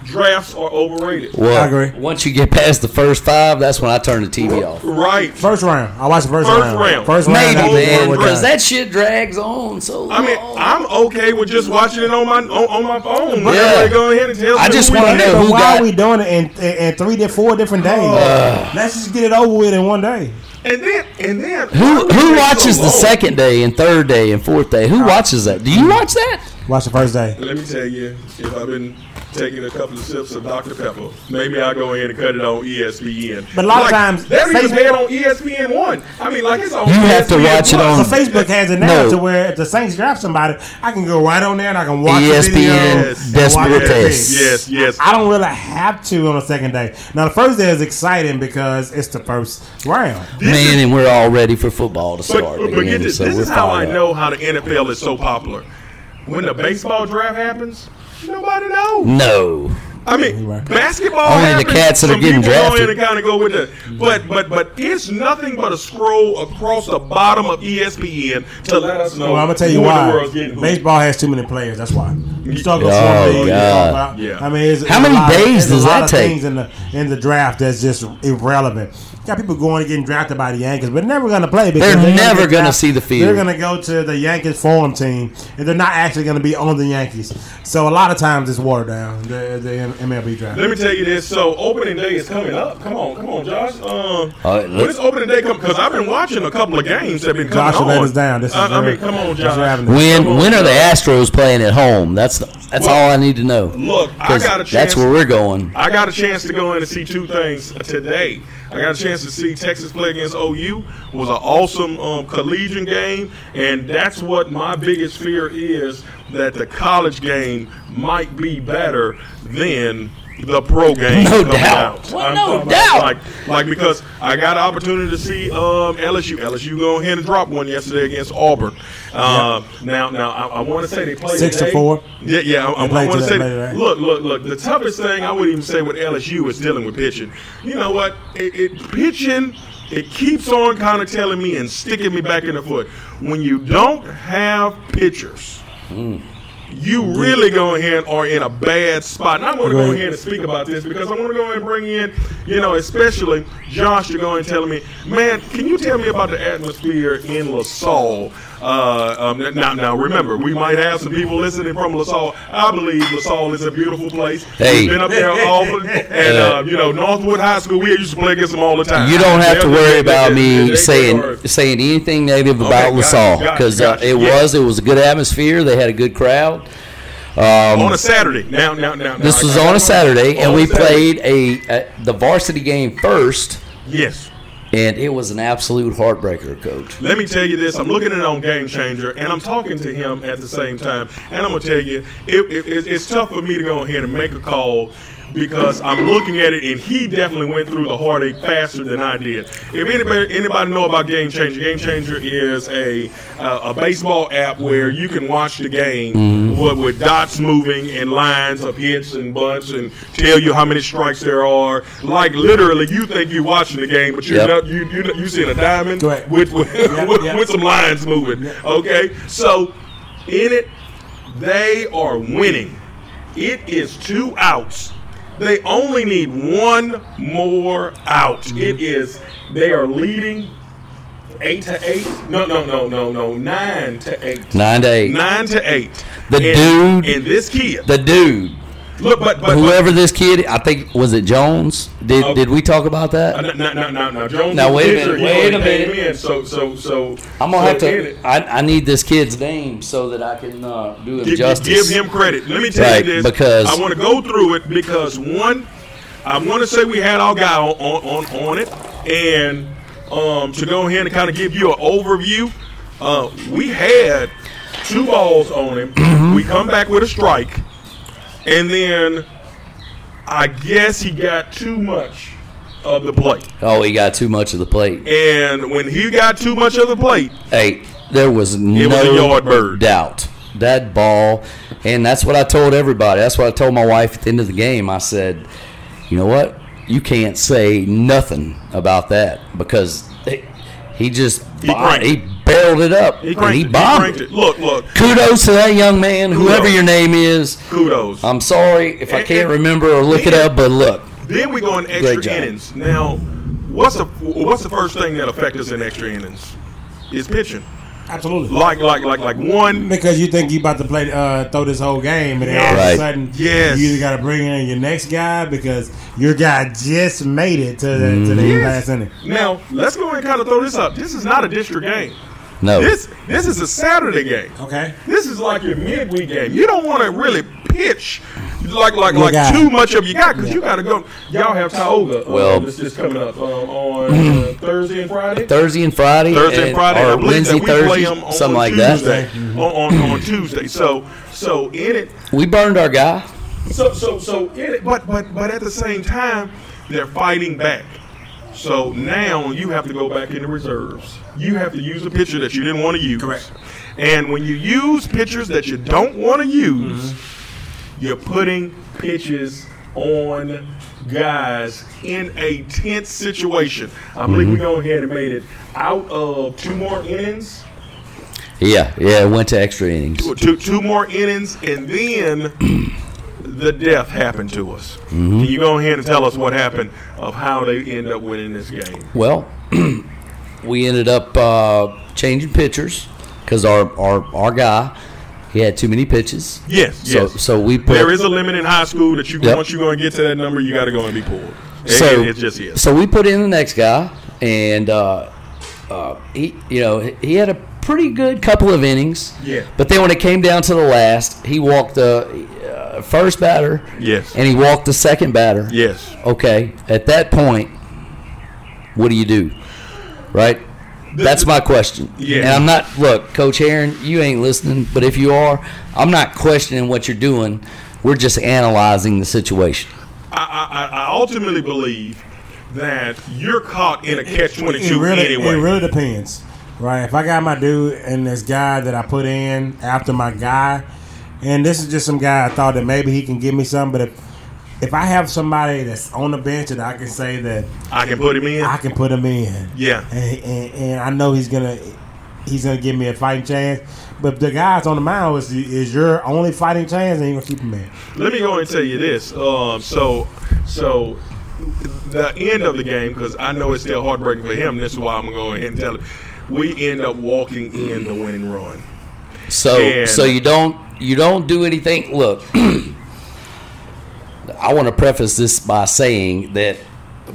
drafts are overrated.
Well,
I agree.
Once you get past the first five, that's when I turn the TV off.
Right.
First round. I watched the first,
First
round.
round.
First round.
Maybe,
man,
after we're
man,
we're
because
done.
that shit drags on so long.
I mean, I'm okay with just watching it on my on, on my phone. But
Yeah.
everybody go ahead and tell
I
me
just
who
wanna
we
know
get.
But
who
why
got-
are we doing it in, in, in three to four different days?
Oh.
Let's just get it over with in one day.
And then and then oh,
who who watches the
second?
second day and third day and fourth day? Who watches that? Do you watch that?
Watch the first day.
Let me tell you, if I've been taking a couple of sips of Dr. Pepper, maybe I'll go ahead and cut it on E ESPN.
But a lot of
Like,
times-
that even
Facebook-
had on E ESPN one. I mean, like it's E on.
You have to
ESPN
watch it
one.
So
on-
Facebook has it now
No.
to where if the Saints draft somebody, I can go right on there and I can
E
watch the video.
ESPN
and watch
Desperate
the
Test.
picks.
Yes, yes.
I don't really have to on the second day. Now the first day is exciting because it's the first round.
man, and we're all ready for football to
But,
start.
but
again,
get this,
so
this
we're
is how I
fired up.
know how the NFL is so popular. When the baseball draft happens, nobody knows.
No,
I mean,
right.
basketball.
Only the
happens,
cats that are
some
getting
people Go in
drafted.
and kind of go with the, but but but it's nothing but a scroll across the bottom of E ESPN to let us know.
Well, I'm gonna tell
who
you
in the
why.
world's getting who.
Baseball has too many players. That's why. You start with
Oh,
one league, you
God.
talk about.
Yeah.
I mean, it's,
How
it's a
many
lot of-
days
it's a
does
lot
that
of
take?
Things in the in the draft that's just irrelevant. You got people going and getting drafted by the Yankees, but never going to play because
They're
gonna
never
get
gonna
drafted-
see the field.
They're going to go to the Yankees farm team, and they're not actually going to be on the Yankees. So a lot of times it's watered down the, the MLB draft.
Let me tell you this. So opening day is coming up. Come on, come on, Josh. Um,
All right,
when
Uh, let's-
is opening day come? Because I've been watching a couple of games that have been coming
Josh, you let
on.
us down. This is
I, I
your-
mean, come on,
this is your
Josh.
avenue.
when
Come on,
when are the
Josh.
Astros playing at home? That's that's
Well,
all I need to know.
Look, I
'Cause
got a chance.
That's where we're going.
I got a chance to go in and see two things today. I got a chance to see Texas play against OU. was an awesome um, collegiate game, and that's what my biggest fear is that the college game might be better than the pro game.
No
coming
doubt.
out.
Well,
I'm
no
talking about,
doubt.
Like, like because I got an opportunity to see um, LSU. LSU go ahead and drop one yesterday against Auburn. Uh, Now, now I, I want to say they played
Six to
today.
four.
Yeah, yeah. I, I,
They played
want to say.
today, played today.
Look, Look, look, look. The toughest thing I wouldn't even say with LSU is dealing with pitching. You know what? It, it pitching. It keeps on kind of telling me and sticking me back in the foot. When you don't have pitchers, you
Mm-hmm.
really go ahead and are in a bad spot. And I want to go
Agreed.
ahead and speak about this because I want to go ahead and bring in, you know, especially Josh to go and tell me, man, can you tell me about the atmosphere in LaSalle? Uh, um, now, now, remember, we might have some people listening from LaSalle. I believe LaSalle is a beautiful place.
Hey.
We've been up there all, and uh, you know, Northwood High School. We used to play against them all the time.
You don't have to
They're-
worry
they're-
about
they're-
me
they're-
saying
they're-
saying anything negative
got
about
you,
LaSalle
got you,
because
got you.
it
Yeah.
was it was a good atmosphere. They had a good crowd.
on a Saturday. Now, now, now. now,
um, This
I-
was
I-
on a Saturday,
On
and
a
we
Saturday.
played a, a the varsity game first,
Yes.
and it was an absolute heartbreaker, coach.
Let me tell you this. I'm looking at it on Game Changer, and I'm talking to him at the same time. And I'm gonna tell you, it, it, it's- it's tough for me to go ahead and make a call because I'm looking at it, and he definitely went through the heartache faster than I did. If anybody anybody know about Game Changer, Game Changer is a uh, a baseball app where you can watch the game with, with dots moving and lines of hits and bunts, and tell you how many strikes there are. Like literally, you think you're watching the game, but you're
Yep.
not. You you you seeing a diamond
Correct.
with with, with, with some lines moving. Okay, so in it, they are winning. It is two outs. They only need one more out.
Mm-hmm.
It is they are leading eight to eight. No, no, no, no, no, nine to eight.
Nine to eight.
Nine to eight.
The
and,
dude-
and this kid.
The dude,
look, but but, but
whoever this kid, I think was it Jones. Did
Okay.
did we talk about
uh,
that?
no, no, no, no, no. Jones.
Now,
was
wait a
injured.
minute, wait
He only
a minute.
came in, so so so.
I'm gonna
so
have
in it-
to. I, I need this kid's name so that I can uh, do him
Give- give,
justice.
give him credit. Let me tell
Right,
you this
because-
I want to go through it because one, I want to say we had our guy on on, on, on it, and um, to go ahead and kind of give you an overview, uh, we had two balls on him. We come back with a strike, and then I guess he got too much of the plate.
Oh, he got too much of the plate.
And when he got too much of the plate,
Hey, there was
it
no
was a yard bird.
doubt that ball, and that's what I told everybody. That's what I told my wife at the end of the game. I said, you know what? You can't say nothing about that because he, he just
He cranked.
he barreled it up
He
and
cranked
he
it. He
bombed
cranked
it.
it. Look, look.
Kudos to that young man, whoever your name is.
Kudos.
I'm sorry if I
And-
can't
and-
remember or look it up, but look,
Then we go in
Great
extra
job.
innings. Now, what's the what's the first thing that affects us in extra innings? Is pitching.
Absolutely.
Like like like like one.
Because you think you about to play, uh, throw this whole game, and then all of
Right.
a sudden,
Yes.
you either got to bring in your next guy because your guy just made it to the, to the
Mm-hmm.
last inning.
Now let's go and kind of throw this up. This is not a district game.
no.
This this is a Saturday game.
Okay.
This is like your midweek game. You don't want to really pitch like like
You
like
got
too
it.
much of you got because you got to go. Y'all have Tioga. uh,
Well-
this is coming up um, on uh, Thursday and Friday.
Thursday and Friday,
Thursday and
and-
Friday.
or
I believe
Wednesday,
that we play
Thursday,
them on
something like
Tuesday,
that.
On, on, on Tuesday. So so in it.
We burned our guy.
So so so in it. But but but at the same time, they're fighting back. So now you have to go back into reserves. You have to use a pitcher that you didn't want to use.
Correct.
And when you use pitchers that you don't want to use, you're putting pitches on guys in a tense situation. I believe we go ahead and made it out of two more innings.
Yeah, yeah, it went to extra innings.
Two, two more innings, and then the death happened to us. Can you go ahead and tell us what happened of how they end up winning this game?
Well, we ended up uh, changing pitchers because our, our our guy he had too many pitches.
Yes,
So
yes.
so we put
There is a limit in high school that you
Yep.
once you're going to get to that number, you got to go and be pulled. It-
so
it, it just is.
so we put in the next guy, and uh, uh, he you know he he had a pretty good couple of innings.
Yeah.
But then when it came down to the last, he walked the uh, first batter.
Yes.
And he walked the second batter.
Yes.
Okay. At that point, what do you do? Right? That's my question.
Yeah.
And I'm not look, Coach Aaron, you ain't listening, but if you are, I'm not questioning what you're doing. We're just analyzing the situation.
I, I, I ultimately believe that you're caught in a catch twenty
It
two
really,
anyway.
it really depends, right? If I got my dude and this guy that I put in after my guy, and this is just some guy I thought that maybe he can give me something, but if if I have somebody that's on the bench and I can say that
I can put him in.
I can put him in,
Yeah.
and, and, and I know he's gonna he's gonna give me a fighting chance. But if the guys on the mound is, is your only fighting chance, and you gonna keep him in.
Let me go and tell you this. Um, so, so the end of the game because I know it's still heartbreaking for him. This is why I'm gonna go ahead and tell him. We end up walking in the winning run.
So
And-
so you don't you don't do anything. Look, I want to preface this by saying that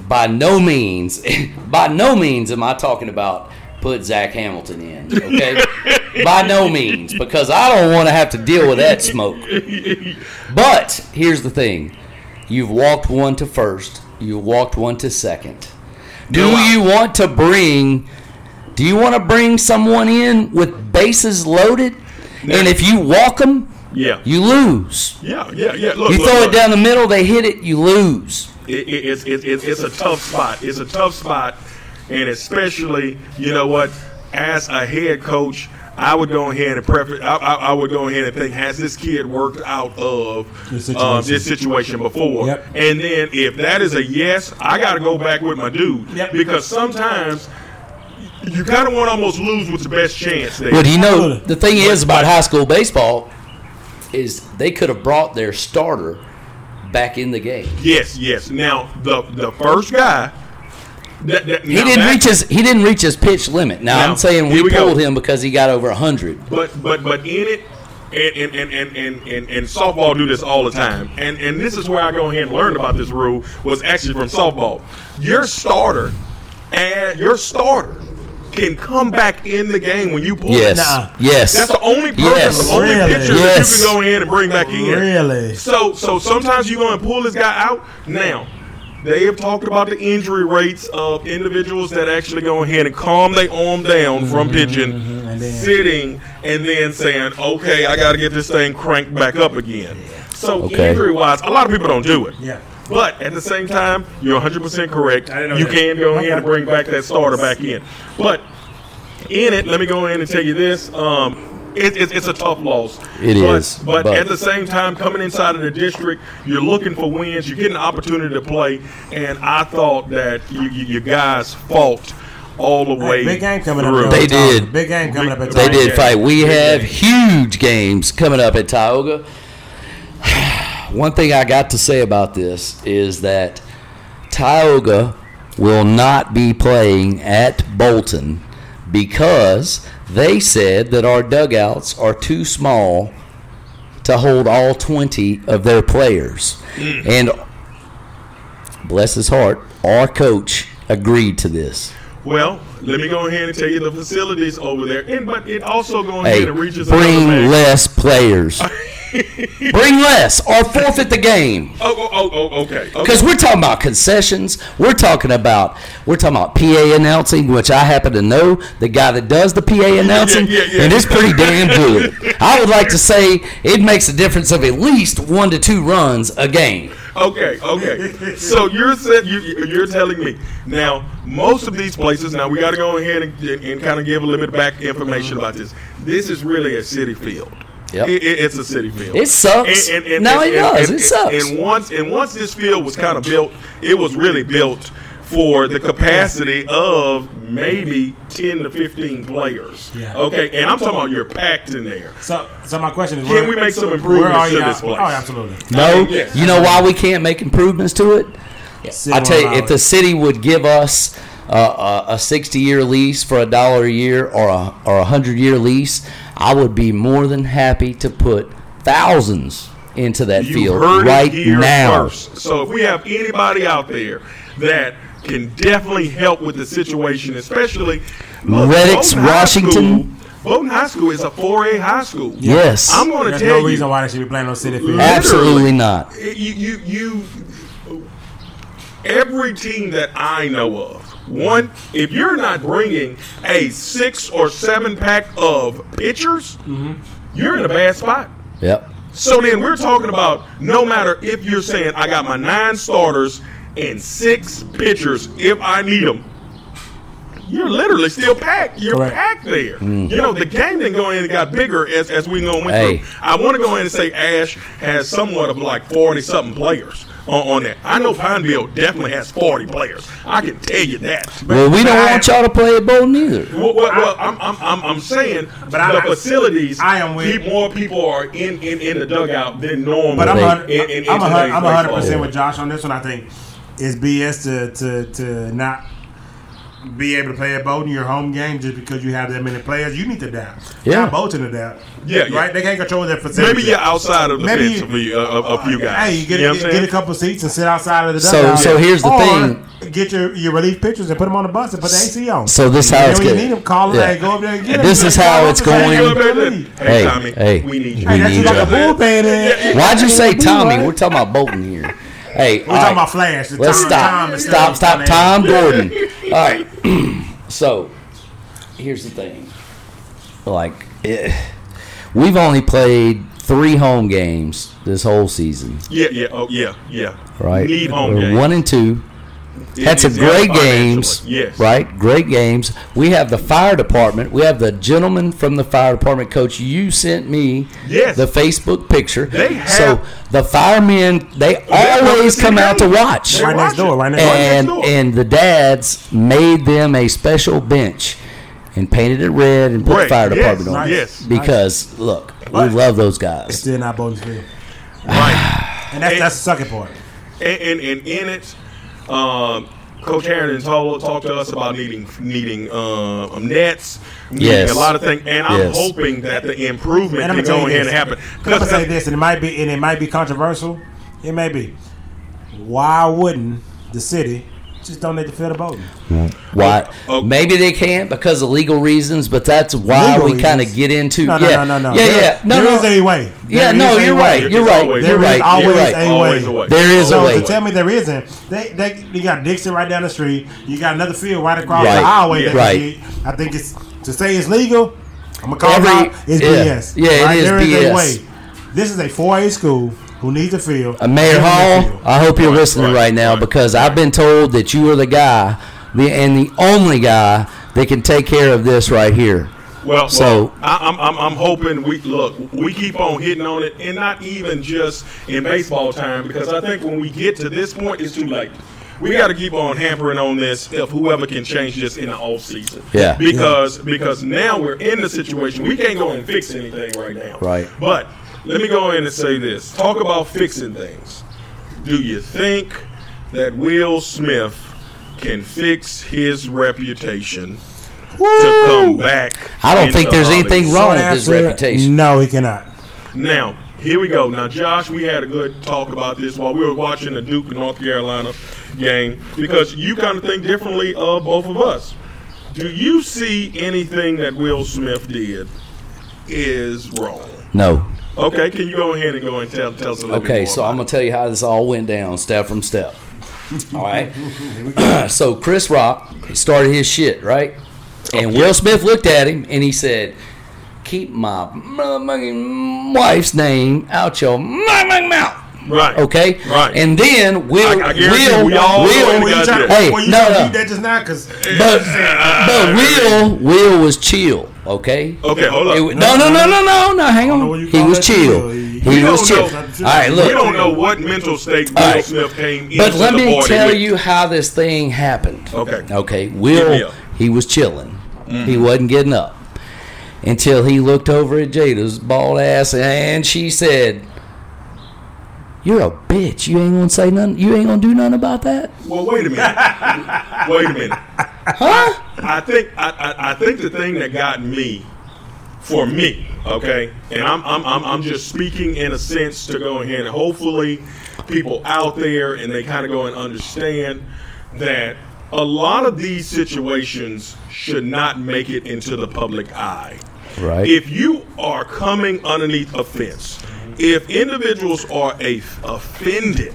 by no means, by no means am I talking about put Zach Hamilton in. Okay, by no means because I don't want to have to deal with that smoke. But here's the thing: you've walked one to first, you walked one to second. Do
No, I-
you want to bring? Do you want to bring someone in with bases loaded? And if you walk them,
Yeah,
you lose.
yeah, yeah, yeah. Look,
You
look,
throw
look.
it down the middle, they hit it, you lose.
it, it, it's it, it, it's a tough spot. It's a tough spot, and especially you know what, as a head coach, I would go ahead and prefer. I, I, I would go ahead and think, has this kid worked out of
This
um,
situation.
this situation before?
Yep.
And then if that is a yes, I got to go back with my dude
Yep.
because sometimes. You kind of want to almost lose with the best chance there.
Well, do you know
Absolutely.
the thing is about high school baseball is they could have brought their starter back in the game.
Yes, yes. Now the the first guy, that, that,
He didn't reach his he didn't reach his pitch limit. Now
Now,
I'm saying
here
we
we go.
pulled him because he got over hundred.
But but but in it, and and, and, and, and, and and softball do this all the time. And and this is where I go ahead and learned about this rule was actually from softball. Your starter and your starter can come back in the game when you pull.
Yes.
Nah.
Yes.
That's the only person,
Yes.
the only
Really?
pitcher
Yes.
that you can go in and bring back in.
Really?
So so sometimes you're gonna pull this guy out. Now, they have talked about the injury rates of individuals that actually go ahead and calm their arm down from pitching,
Mm-hmm, and then-
sitting, and then saying, Okay, I gotta get this thing cranked back up again. So
Okay.
injury wise, a lot of people don't do it.
Yeah.
But at the same time, you're 100% correct.
didn't know
You
that.
can go ahead and
Okay.
bring back that starter back in. But in it, let me go in and tell you this. Um, it, it, it's a tough loss. It
It
is,
is,
but,
but-
at the same time, coming inside of the district, you're looking for wins. You're getting an opportunity to play, and I thought that you, you, you guys fought all the way.
Hey, big game coming
through.
up.
They
at Tioga.
did.
Big game coming up at
They
Tioga.
did fight. We
Big
have
games.
huge games coming up at Tioga. One thing I got to say about this is that Tioga will not be playing at Bolton because they said that our dugouts are too small to hold all 20 of their players. And bless his heart, our coach agreed to this.
Well, let me go ahead and tell you the facilities over there, and but it also going
Hey,
ahead and reaches another
bring
man.
less players. bring less or forfeit the game.
Oh, oh, oh, oh, okay. okay.
Because we're talking about concessions. We're talking about we're talking about PA announcing, which I happen to know the guy that does the PA announcing,
yeah, yeah.
and it's pretty damn good. I would like to say it makes a difference of at least one to two runs a game.
Okay, okay. So you're said you, you're telling me now most of these places. Now we got to go ahead and, and, kind of give a little bit back information about this. This is really a city field.
Yep.
It, it- it's a city field.
It sucks. No, it does. It sucks.
And once and once this field was kind of built, it was really built for the capacity of maybe ten to fifteen players.
Yeah.
Okay, and I'm talking about you're packed in there.
So, so my question is,
Can
where-
we make some
where
improvements
are
to
y'all-
this place?
Oh, absolutely.
No,
Yes.
you know why we can't make improvements to it?
Sit
I tell
on
you, if
it.
the city would give us uh, a sixty-year lease for a dollar a year or a or a hundred-year lease, I would be more than happy to put thousands into that
You
field
heard
right
it here
now.
first. So if we have anybody out there that can definitely help with the situation, especially look,
Reddick's,
Bowdoin High
Washington.
School, Bowdoin High School is a 4A high school.
Yes,
I'm going to
There's
tell
no
you,
reason why they should be playing on city field.
Ab- literally.
absolutely not.
you, you, you, every team that I know of. One, if you're not bringing a six or seven pack of pitchers,
Mm-hmm.
you're in a bad spot.
Yep.
So then we're talking about no matter if you're saying I got my nine starters and six pitchers if I need them. You're literally still packed. You're
Correct.
packed there. You know the game didn't go in and got bigger as as we know went
Hey.
through. I want to go in and say Ash has somewhat of like forty something players on, on that. I know Pineville definitely has forty players. I can tell you that.
Well, we don't
I-
want y'all to play at Bowden either.
well, well, well I'm, I'm, I'm, I'm saying
But I-
the
I-
facilities,
I am with-
pe- more people are in, in, in the dugout than normal.
But I'm
They-
a hun-
in- in- in
I'm a hun- I'm a
today's
hundred percent
baseball.
with Josh on this one. I think it's BS to to, to not be able to play at Bowden your home game just because you have that many players. You need to down.
Yeah.
Not Bolton to down.
Yeah,
right.
yeah.
They can't control their facility.
Maybe you're outside of the
Maybe
fence
you-
for uh, you, a, a, a few guys.
Hey, you get,
know what
get,
I'm
get
saying?
a couple seats and sit outside of the
So-
dugout.
so here's the
Or
thing.
Get your, your relief pitchers and put them on the bus and put the AC on.
So this how
And
it's
when you
good.
need them, call them.
Yeah.
Hey, go over there and get 'em.
This
You
is
gotta
how
call
it's
them and
Hey,
say,
going.
"Hey,
look, look,
go over
look.
there."
Hey,
Hey,
Tommy,
hey,
we need you.
we
Hey, that's
need
just like a
you.
bullpen. in.
Why'd you say Tommy? We're talking about Bolton here. Hey,
We're talking about Flash. The
Let's
Tom-
stop.
Tom is
stop.
still
Stop.
on Tom
Tom Gordon. All right. so, here's the thing. Like, eh, we've only played three home games this whole season,
Yeah, yeah, oh, yeah, yeah.
right?
Need home
We're
games.
one and two.
It-
Had some
it's the other
great
financial
games,
one. Yes.
right? Great games. We have the fire department. We have the gentleman from the fire department, Coach. You sent me
Yes.
the Facebook picture.
They have-
so the firemen, they
come to
always
see
come out to
games.
watch
They
Right next
watch
door,
it.
right next door.
and
door.
and the dads made them a special bench and painted it red and put
Right,
the fire
yes,
department on it
yes.
because look,
But-
we love those
It's
guys.
still not Bowden's field.
Right.
And that's, that's the sucking part.
and, and, and in it, um, Coach Harrington told, talked to us about needing needing uh, um, nets, needing
Yes.
a lot of things, and I'm
Yes.
hoping that the improvement
And I'm
can go
gonna tell you
ahead and
this.
happen.
I'm gonna
Because
say this, and it might be and it might be controversial. It may be. Why wouldn't the city just donate the field to Bowden?
Why?
oh.
Maybe they can't because of legal reasons, but that's why
Legal
we kind of
reasons?
get into
No, no,
yeah,
no, no, no.
yeah,
There-
yeah, no,
there
no.
is a way.
yeah,
There
no,
is a
you're
way.
right, you're
It's
right,
always-
you're
There is
right,
always
you're
a
right.
Always
way.
a way.
There is a
So
way.
to tell me there isn't, they they you got Dixon right down the street. You got another field right across
Right,
the highway.
yeah.
that
right.
they- I think it's to say it's legal. I'm gonna call
Every-
it out. It's
yeah.
BS.
Yeah, it
right?
is
There is
BS.
a way. This is a 4A school who needs a field.
Uh, Mayor
Give them a
Hall,
field.
I hope you're
Right,
listening
right,
right, now
right.
because I've been told that you are the guy, the and the only guy that can take care of this right here.
Well,
So-
well, I, I'm, I'm I'm hoping we look. We keep on hitting on it, and not even just in baseball time, because I think when we get to this point, it's too late. we got to keep on hampering on this if whoever can change this in the off season.
Yeah.
Because because now we're in the situation we can't go and fix anything right now.
Right.
But let me go in and say this. Talk about fixing things. Do you think that Will Smith can fix his reputation to come back?
I don't
into
think there's anything
Hollywood?
wrong with his reputation.
No, he cannot.
Now, here we go. Now, Josh, we had a good talk about this while we were watching the Duke North Carolina game because you kind of think differently of both of us. Do you see anything that Will Smith did is wrong?
No.
Okay, can you go ahead and go and tell, tell us a little bit
Okay,
more
so
about
I'm gonna tell you how this all went down, step from step. All right. so Chris Rock started his shit, right? And Will Smith looked at him and he said, "Keep my motherfucking wife's name out your motherfucking mouth."
it? Right.
Okay.
Right.
And then Will,
I- I guarantee
Will,
we all know
Will,
it
Were you
got
trying,
that.
Hey,
were you
no,
trying to
no.
do that just now? Because
but but Will, Will was chill. Okay.
Uh, Okay, hold up.
It wa- no, no, no, no, no, no. Hang
know what
on.
you
He
call
was
that
chill.
chill. You-
He
You
was
don't
chill.
know-
All right,
we
look.
don't know what mental state Will
All right.
Smith came into
But let
the
me
party
tell
with.
you how this thing happened.
Okay.
Okay.
Give me Mm-hmm.
Will,
up.
he was chilling. He wasn't getting up until he looked over at Jada's bald ass and she said, You're a bitch. You ain't going to say nothing. You ain't going to do nothing about that.
Well, wait a minute. wait a minute.
Huh?
I think I, I, I think the thing that got me for me, okay, and I'm, I'm I'm I'm just speaking in a sense to go ahead and hopefully people out there and they kind of go and understand that a lot of these situations should not make it into the public eye.
Right.
If you are coming underneath offense, if individuals are a, offended,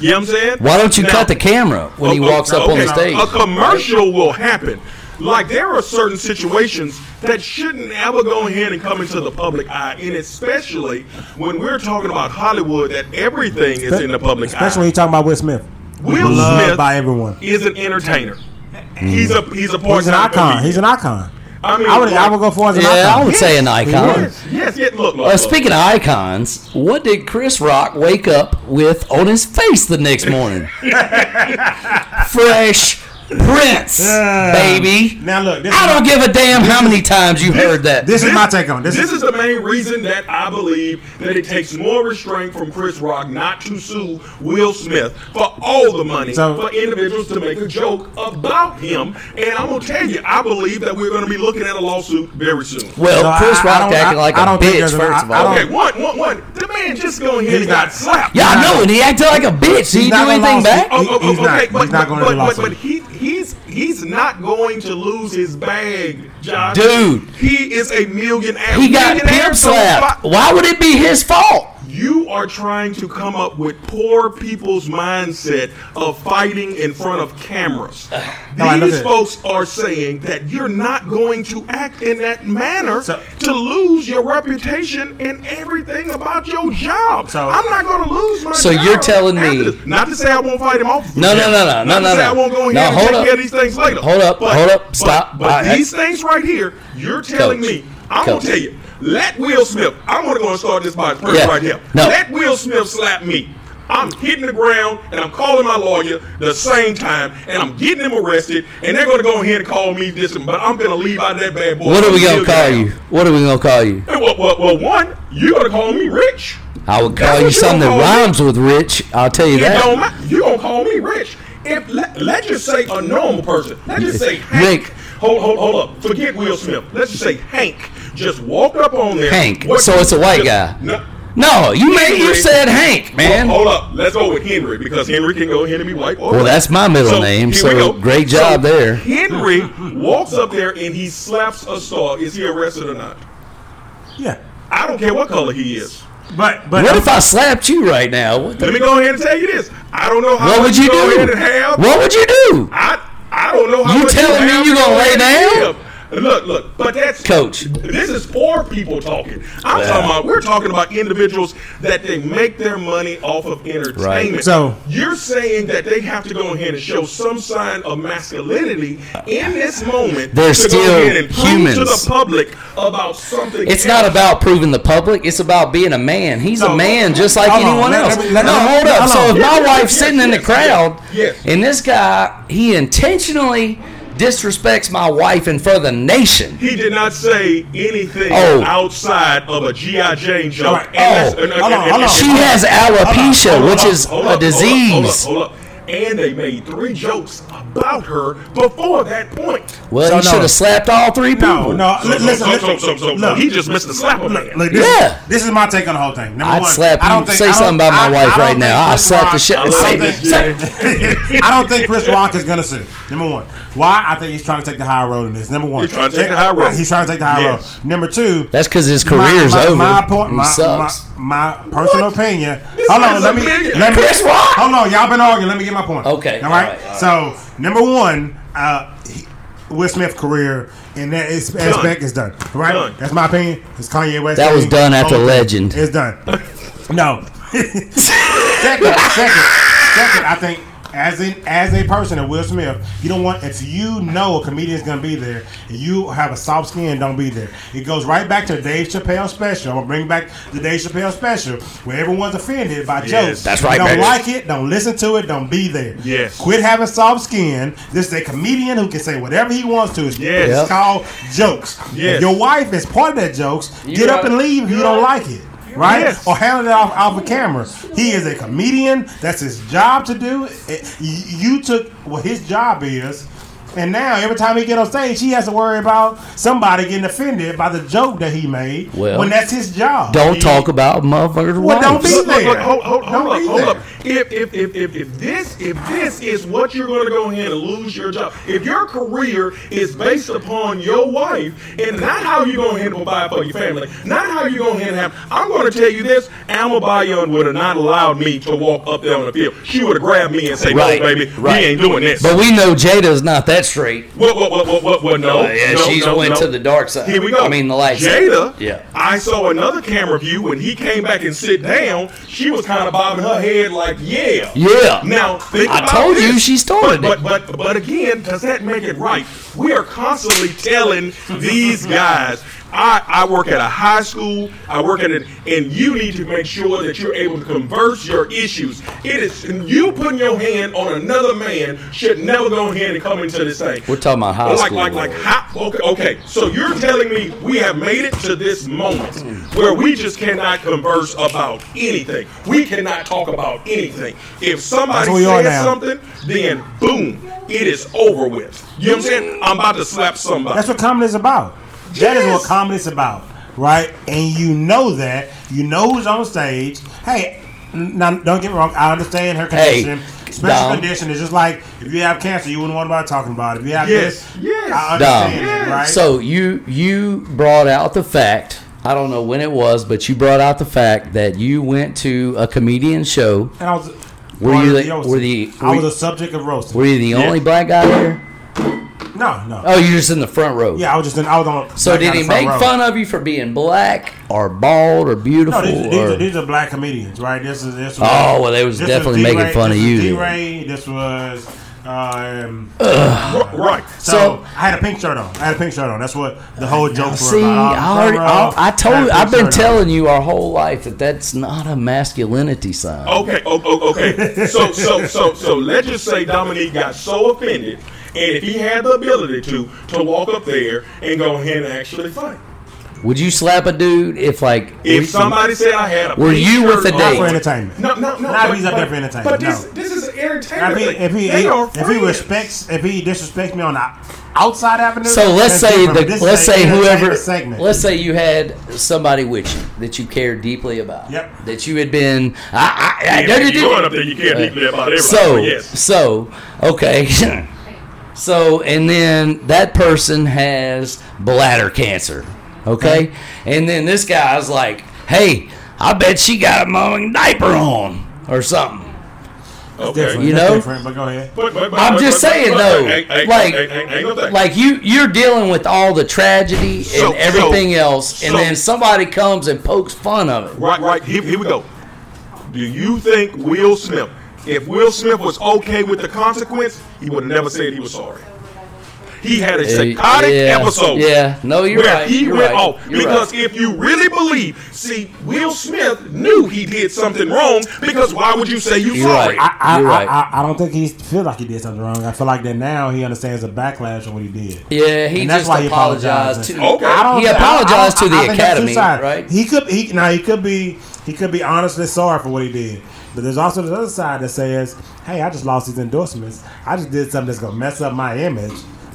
you know what I'm saying?
Why don't you
Now-
cut the camera when he
Okay,
walks up on
okay,
the stage?
A commercial will happen. Like there are certain situations that shouldn't ever go ahead and come into the public eye, and especially when we're talking about Hollywood, that everything is in the public
Especially when
eye.
you're talking about Will Smith.
Will
Loved
Smith
by everyone.
is an entertainer. He's a he's a
He's an
part-time
icon.
comedian.
He's an icon.
I mean,
I would, I
like-
would go for as an
Yeah,
icon.
I would say an icon.
Yes, yes, yes. Look, look,
Uh,
look.
speaking of icons, what did Chris Rock wake up with on his face the next morning? Fresh Prince,
Yeah.
baby.
Now look, this
I
is-
don't give a damn how many times you heard that.
This is my take on it.
This,
this.
is the main reason that I believe that it takes more restraint from Chris Rock not to sue Will Smith for all the money
So-
for individuals to make a joke about him. And I'm gonna tell you, I believe that we're gonna be looking at a lawsuit very soon.
well,
No,
Chris
I- I
Rock
don't-
acting
I-
like a
I don't think
bitch,
there's an-
first of
I- I
all.
don't-
Okay, one, one, one. The man just go ahead and
He's not-
got slapped.
yeah, I
He's
know,
not-
and he acted like a bitch. Did he
he's
do
not gonna
anything
lose.
back?
He- he's not-
but,
he's not gonna
but,
be
but,
lost.
but he, he's he's not going to lose his bag, Josh.
Dude.
he is a millionaire.
He got
Millionaire,
pimp
so
slapped.
fi-
Why would it be his fault?
You are trying to come up with poor people's mindset of fighting in front of cameras.
Uh, No, I love
These
it.
folks are saying that you're not going to act in that manner
So-
to lose your reputation and everything about your job.
So-
I'm not going to lose my
So
job.
you're telling me-
after this. not to say I won't fight him off.
No, no, no, no,
not
no,
to
no,
say
no.
I won't go
No,
ahead and
hold
take
up.
care of these things later.
Hold up,
But-
hold up,
but-
stop.
But
All right,
these things right here, you're telling
Coach.
me. I'm going
Coach.
to tell you. Let Will Smith. I'm going to go and start this by first
Yeah.
right here.
No.
Let Will Smith slap me. I'm hitting the ground and I'm calling my lawyer the same time and I'm getting him arrested and they're gonna go ahead and call me this but I'm gonna leave out of that bad boy.
What are we
I'm
gonna
still
call
down.
you? What are we gonna call you?
And Well, well, well, one, you gonna call me rich.
I would
That's
call you
what you
something
gonna
that
call me.
rhymes with rich. I'll tell you
It don't
that.
ma- you gonna call me rich. If let, let's just say a normal person, let's just say Hank.
Rick.
Hold, hold, hold up. Forget Will Smith. Let's just say Hank just walked up on there.
Hank.
What-
So it's a white guy.
No,
No, you made you
Henry.
said Hank, man.
Well, hold up. Let's go with Henry because Henry can go ahead and be white. Or
Well,
black.
that's my middle
So,
name.
here
So
we go.
great
So,
job there.
Henry walks up there and he slaps a star. Is he arrested or not?
yeah,
I don't care what color he is.
but but
What if I slapped you right now? What, the,
Let me go ahead and tell you this. I don't know how
what
much
would you
go
do?
ahead and have.
What would you do?
I I don't know how
You
much
telling me
have
you
to
gonna
go
lay
ahead and
down?
give. Look, look, but that's
Coach.
This is for people talking. I'm talking about we're talking about individuals that they make their money off of entertainment.
So-
you're saying that they have to go ahead and show some sign of masculinity in this moment.
They're
to
still
go ahead and prove to
humans.
the public about something.
It's
else.
not about proving the public. It's about being a man. He's
No.
a man just like
Hold on.
anyone
Let-
else.
let me- let-
no,
let-
hold
let-
up.
hold
So
on.
if my
Yes,
wife's
yes,
sitting in the
yes,
crowd
yes, yes.
and this guy, he intentionally disrespects my wife in front of the nation.
He did not say anything
Oh.
outside of a GI Jane joke.
All right.
And that's-
Oh.
and- and-
Hold on,
and-
hold on.
and-
She
Hold on.
has alopecia,
Hold on,
Oh, which is
Hold
a
up, Hold up,
disease.
hold up, hold up. And they made three jokes about her before that point.
Well,
So
he
no.
should have slapped all three
No,
people.
no.
So,
li-
so,
listen,
so,
listen.
so, so, so,
look,
he just missed the slap on that.
Look, this,
Yeah.
this is my take on the whole thing. Number
I'd
one,
slap
I
you-
don't think,
say
I don't-
something about my
I-
wife
I don't
right
think
now. I'll
Chris
slap the
Rock-
shit-
I don't
say-
think- I don't think Chris Rock is gonna sue. Number one, why? I think he's trying to take the high road in this. Number one,
He's trying to take the high road.
He's trying to take the high
Yes.
road. Number two,
That's because his career's
my, my,
over.
My, point,
He
my,
sucks.
my, my personal opinion. hold
man's
on,
a
let me,
millionaire.
let me.
Chris Rock!
Hold on, y'all been arguing. Let me get my point.
Okay,
All right.
all right,
so
all
number one, uh, he- Will Smith's career in that is- aspect is done. Right.
Done.
That's my opinion. It's Kanye West.
That was done after
Only-
Legend.
It's done. No. second, second, second. I think as in as a person, and Will Smith, you don't want if you know a comedian's gonna be there, and you have a soft skin, don't be there. It goes right back to the Dave Chappelle special. I'm gonna bring back the Dave Chappelle special where everyone's offended by jokes.
that's right,
Don't
baby.
like it. Don't listen to it. Don't be there.
Yes.
Quit having soft skin. This is a comedian who can say whatever he wants to. It's,
Yes.
it's
Yep.
called jokes.
Yes.
If your wife is part of that jokes, get up
right.
and leave if you don't like it right?
Yes.
Or handle it off off a camera. He is a comedian. That's his job to do. It- you you took what his job is, and now every time he get on stage, he has to worry about somebody getting offended by the joke that he made.
Well,
when that's his job.
Don't talk about motherfuckers'
Well, don't
wives.
be-
Look, look, look,
there.
hold, hold, hold
Don't
up,
be
hold
there.
up. If, if, if, if, if this if this is what you're going to go ahead and lose your job, if your career is based upon your wife and not how you're going to provide for your family, not how you're going to have, I'm going to tell you this: Alma Bayon would have not allowed me to walk up there on the field. She would have grabbed me and said,
Right,
"No, baby,
right.
we ain't doing this."
But we know Jada's not that straight.
What, what, what, what, what, what, no.
Uh, yeah,
no,
she's
no,
went
no.
to the dark side.
Here we go.
I mean, the light side.
Jada,
Yeah.
I saw another camera view when he came back and sit down. She was kind of bobbing her head like, yeah.
Yeah.
Now, think
I
about
told
this.
you she started
But,
it.
but, but, but again, does that make it right? We are constantly telling these guys, I, I work at a high school, I work at an, and you need to make sure that you're able to converse your issues. It is, you putting your hand on another man should never go ahead and come into this thing.
We're talking about high
like,
school.
Like, like, high, okay, okay. So you're telling me we have made it to this moment where we just cannot converse about anything. We cannot talk about anything. If somebody
That's where we are
says
now.
something, then boom, it is over with. You know what I'm saying? I'm about to slap somebody.
That's what comedy is about. That is
Yes.
what comedy is about, right? And you know that. You know who's on stage. Hey, n- now don't get me wrong. I understand her
Hey,
condition. Special
Dom.
condition is just like if you have cancer, you wouldn't want about talking about it. If you have
Yes,
this,
yes.
I
Dom.
understand, it, right?
So you you brought out the fact. I don't know when it was, but you brought out the fact that you went to a comedian show.
and I was.
Were
I
you
was
the-
roasted.
were the-
I was
were-
a subject of roasting.
Were you the only black guy there?
no, no.
Oh, you're just in the front row.
yeah, I was just in, I was on.
So
like,
did
on the
he
front
make
row.
fun of you for being black or bald or beautiful?
No, these, these,
or-
are, these are black comedians, right? This is this. Was,
Oh, well, they was
this
definitely making
D-Ray-
fun of
this was
you then. Uh,
D-Ray, this was. Um,
R- right.
So,
So-
I had a pink shirt on. I had a pink shirt on. That's what the whole joke was
See,
about.
I, already, I,
Front row,
I told
had
you,
a pink
I've been
shirt on.
telling you our whole life that that's not a masculinity sign.
Okay, o- o- okay. So, so, so, so let's just say Dominique got so offended, and if he had the ability to, to walk up there and go ahead and actually fight.
Would you slap a dude if like we-
If somebody said I had a
Were
pink
you
shirt
with the
on-
Not for
date?
entertainment.
No, no, no.
Not
but-
if he's up
but-
there for entertainment.
But
no.
this, this is an entertainment.
I mean,
thing.
if he
they
if,
are
if he
friends.
respects if he disrespects me on the outside avenue.
So
that's
let's say
different, but
the,
this
let's
is
say
an
whoever
entertainment segment.
let's say you had somebody with you that you cared deeply about.
Yep.
That you had been I, I, I,
Yeah, you're going up there, you can't be about everybody.
So
So, yes.
so okay. so and then that person has bladder cancer. Okay?
Uh-huh.
And then this guy's like, "Hey, I bet she got a mowing diaper on or something."
Okay.
Different,
You
that's
know?
different, but go ahead.
But- but- but-
I'm
but-
just
but-
saying
but-
though,
ain't- ain't-
like,
ain't- ain't- ain't no thing.
like you you're dealing with all the tragedy
So-
and everything
so-
else, and
so-
then somebody comes and pokes fun of it.
Right, right. Here, here we go. Do you think Will Smith, if Will Smith was okay with the consequence, he would have never said he was sorry. He had a psychotic
yeah,
episode.
Yeah, no, you're
where
right.
he
you're
went
right,
off
you're
because
right.
if you really believe, see, Will Smith knew he did something wrong because why would you say you
You're
sorry?
right.
I,
You're
I,
right.
I, I don't think he feel like he did something wrong. I feel like that now he understands the backlash on what he did.
yeah, he
And that's
just
why he apologized.
apologized to.
Okay.
I don't
He
I- I-
apologized
I-
to the
I think there's two
academy,
sides.
right?
He could he now he could be he could be honestly sorry for what he did, but there's also the other side that says, "Hey, I just lost these endorsements. I just did something that's gonna mess up my image."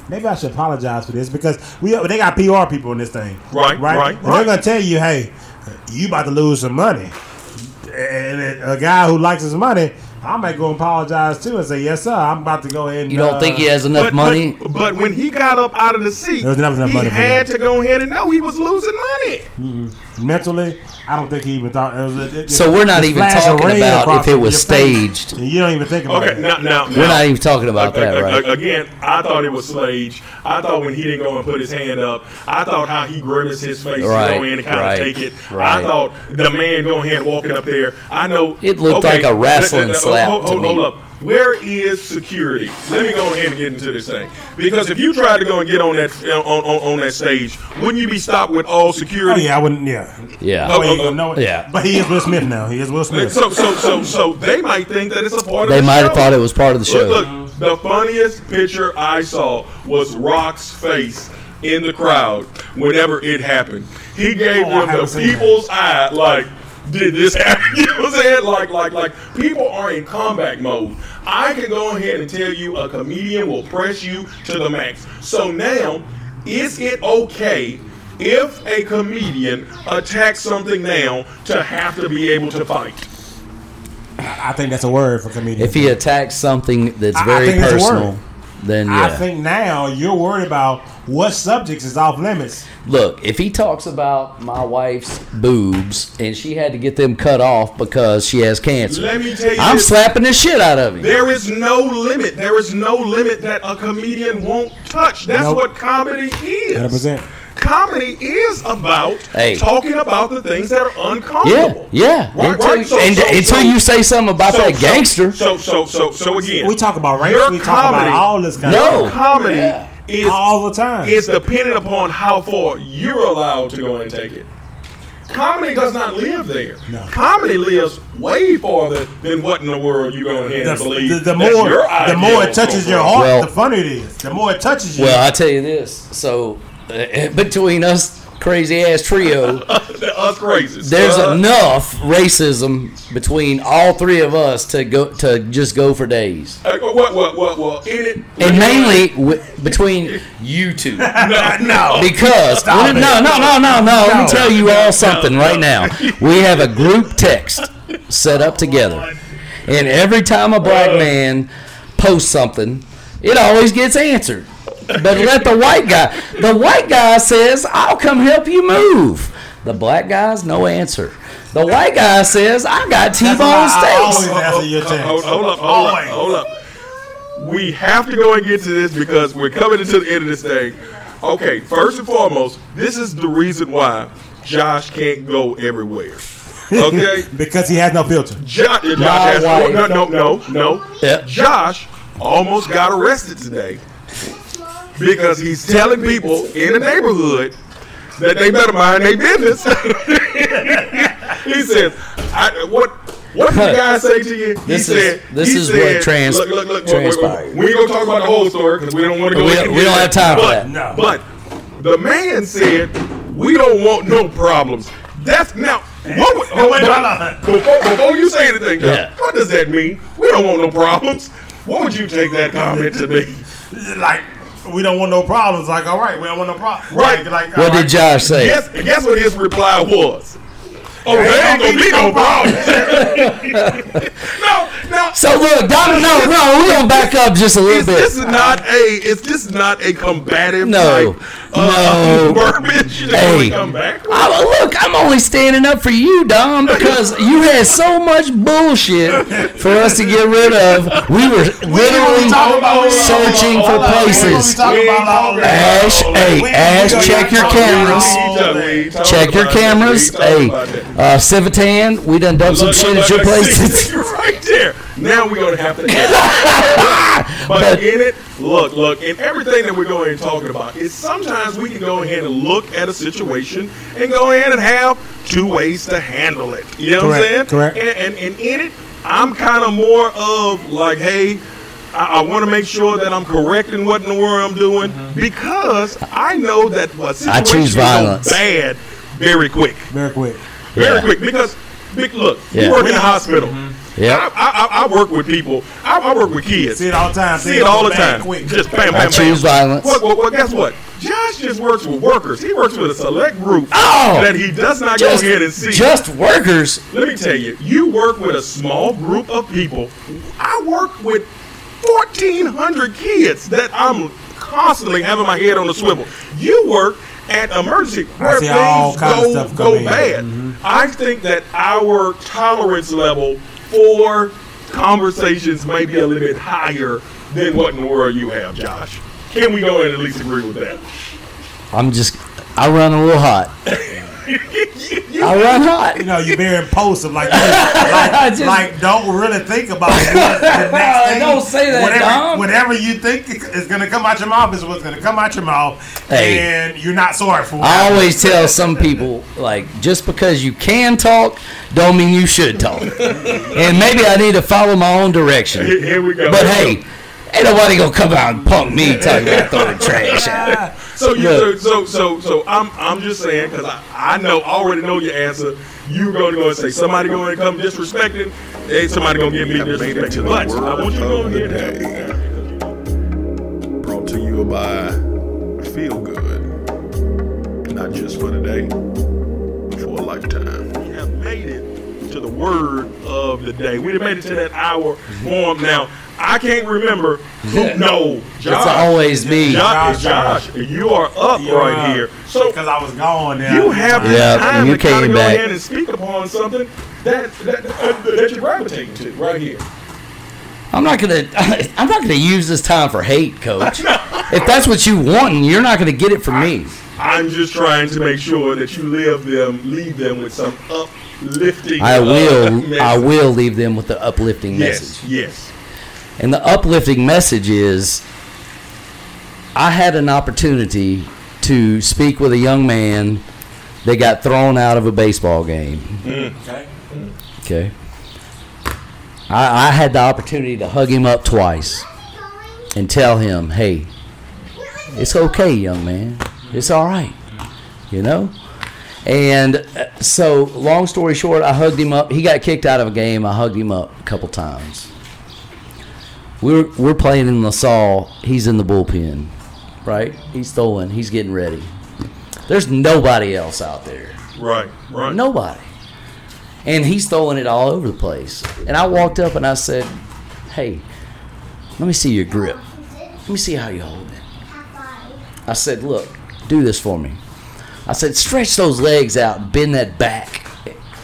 Maybe I should apologize for this because we they got PR people in this thing,
Right, right,
And
right.
They're gonna tell you, "Hey, you about to lose some money." And a guy who likes his money, I might go apologize too and say, "Yes, sir, I'm about to go ahead." And,
You don't
uh,
think he has enough
But,
money?
but, but when he got up out of the seat,
There was never enough
he
money for
had
that.
to go ahead and know he was losing money.
mentally, I don't think he even thought it was. It, it-
So we're not
it
even
flashed a
talking
ring
about
across
if it was
your face,
staged.
and you don't even think about
Okay,
it.
now, now,
We're
now-
not even talking about that,
A- a-
right?
a- Again, I thought it was Slage. I thought when he didn't go and put his hand up, I thought how he grimaced his face to
Right,
go in and kind
right,
of take it. I
right.
thought the man going ahead walking up there. I know
It looked like a wrestling
hold-
slap
Hold,
to
hold,
me.
hold up. Where is security? Let me go ahead and get into this thing because if you tried to go and get on that on, on, on that stage, wouldn't you be stopped with all
Oh
security?
yeah, I wouldn't. Yeah,
Yeah.
Oh,
But he-
oh,
no,
yeah.
But he is Will Smith now. He is Will Smith.
So so so so they might think that it's a part of.
They
the
might have
show.
thought it was part of the show.
Look, look, the funniest picture I saw was Rock's face in the crowd whenever it happened. He gave
Oh, I
them
haven't
the
seen that.
people's eye, like, did this happen? You know what I'm saying? Like, like, like, people are in combat mode. I can go ahead and tell you a comedian will press you to the max. So now, is it okay? If a comedian attacks something now, to have to be able to fight.
I think that's a word for comedian.
If he attacks something that's
I- I
very
think it's a
personal,
word.
then yeah.
I think now you're worried about what subjects is off limits.
Look, if he talks about my wife's boobs and she had to get them cut off because she has cancer,
Let me tell you
I'm
this.
slapping the shit out of him.
There is no limit. There is no limit that a comedian won't touch. That's
Nope.
what comedy is.
100%.
Comedy is about
Hey.
talking about the things that are
Yeah,
uncomfortable.
yeah.
Right,
until,
right. So-
and
so-
until
so-
you say something about that gangster,
So, so, so, so again,
We talk about race.
Your
We talk about
comedy-
all this kind
No.
of stuff
comedy
Yeah.
is
all the time.
is dependent upon how far you're allowed to go and take it. Comedy does not live there.
No.
Comedy lives way farther than what in the world you go ahead
the,
and believe.
the, the
that
more
your
the more it
ideals
touches
go
your
from.
heart,
Well-
the funnier it is. The more it touches you.
well, I tell you this. So uh, between us crazy ass trio,
us crazies.
there's
Uh,
enough racism between all three of us to go to just go for days,
Uh, what, what, what, what? In it.
and mainly w- between you two.
No, no.
Because
Stop
no, no,
it.
no, no, no, Let
No.
me tell you all something right now. We have a group text set up together, and every time a black
Uh.
man posts something, it always gets answered. But let the white guy. The white guy says, "I'll come help you move." The black guy's no answer. The white guy says, "I got
That's why
T-bone
I
steaks."
always answer your text.
Hold, hold up, hold up, hold up. We have to go and get to this because we're coming into the end of this thing. Okay, first and foremost, this is the reason why Josh can't go everywhere. Okay?
because he has no filter.
Josh, Josh
My
has,
wife.
no, no, no, no.
Yeah.
Josh almost got arrested today because he's telling people in the neighborhood that they better mind their business. he says, I, "What? What did the guy say to you?"
This
he
is-
said,
this
he
is what
said,
trans-
look, look, look, wait, wait, wait.
transpired.
We ain't gonna talk about the whole story because we don't want to go.
We-
into
we don't
that.
have time for
But-
that.
No.
But the man said, "We don't want no problems." That's now. What would,
Now, wait,
but-
hold on.
before, before you say anything, Doc,
Yeah.
what does that mean? We don't want no problems. What would you take that comment to be?
like we don't want no problems. Like, all right, we don't want no problems.
Right.
Like, like all
What
right.
did Josh say?
Guess, guess what his reply was? Oh, there ain't gonna be no problem. no, no.
So look, Donald, no, no, we're gonna back up just a little
Is this
bit.
not a? Is this not a combative
No.
type? Uh,
No.
Bourbon should
Hey.
come back. with?
I, look, I'm only standing up for you, Dom, because you had so much bullshit for us to get rid of. We were literally
talking about- we-
searching for
hold on, we don't
places.
be talking
We
about
ain't
all
talking
that.
Ash,
Hold on,
hey,
we- we
Ash,
gonna
check your
talk about
cameras.
all that.
Check your cameras. Hey, uh, Civitan, we done dumped some shit at your place.
right there. Now we're gonna have to. edit. but in it, look, look, in everything that we're going and talking about, is sometimes we can go ahead and look at a situation and go ahead and have two ways to handle it. You know
Correct,
what I'm saying?
correct.
And, and and in it, I'm kind of more of like, hey. I, I want to make sure that I'm correct in what in the world I'm doing because I know that a situation
Mm-hmm. I
can
choose
go
violence.
bad very quick
Very quick.
very
Yeah.
quick because big look
Yeah. Mm-hmm.
you work in a hospital
Yep.
I, I, I, I work with people I, I work with kids
See it all the time.
see it all the
bang,
time
Quick.
just bam bam
I
bam
choose violence.
Well, well, well, guess what Josh just works with workers he works with a select group
Oh!
that he does not
Just,
go ahead and see
just workers.
let me tell you you work with a small group of people I work with 1400 kids that I'm constantly having my head on the swivel you work at emergency where
see
things
all kinds
go,
of stuff
go
come in. Mm-hmm.
bad I think that our tolerance level for conversations may be a little bit higher than what in the world you have, Josh. Can we go and at least agree with that?
I'm just, I run a little hot. I run hot.
You know, you're very impulsive. Like, like,
Just-
like, don't really think about it. The next thing,
Don't say that,
whatever,
Dom.
Whatever you think is going to come out your mouth is what's going to come out your mouth,
Hey.
and you're not sorry for it.
I always tell some people like just because you can talk don't mean you should talk. and maybe I need to follow my own direction.
Here, here we go.
But hey, ain't nobody gonna come out and punk me talking about throwing trash out.
so you so,
look.
so so so I'm I'm just saying because I, I know I already know your answer. You're going to go and say somebody going to come disrespecting, hey, somebody going to get me disrespected. But I want you to go ahead and
Brought to you by Feel Good. Not just for today, but for a lifetime.
we have made it to the word of the day. We have made it to that hour form. Now, I can't remember who. No, Josh.
It's always me.
Josh, Josh, you are up right here. So
because I was gone there.
you have the
Yeah,
time
you
to kind
came
of go
back.
ahead and speak upon something that that, uh, that you're gravitating to right here.
I'm not gonna I'm not gonna use this time for hate, coach. If that's what you want, you're not gonna get it from me.
I'm just trying to make sure that you live them, leave them with some uplifting.
I
uh,
will I
message.
will leave them with the uplifting message.
Yes, yes.
And the uplifting message is I had an opportunity to speak with a young man that got thrown out of a baseball game.
Okay.
Okay. I, I had the opportunity to hug him up twice and tell him, hey, it's okay, young man. It's all right. You know? And uh, so, long story short, I hugged him up. He got kicked out of a game. I hugged him up a couple times. We're, we're playing in LaSalle. He's in the bullpen, right? He's throwing. He's getting ready. There's nobody else out there.
Right, right.
Nobody. And he's throwing it all over the place. And I walked up and I said, Hey, let me see your grip. Let me see how you hold it. I said, Look, do this for me. I said, Stretch those legs out and bend that back.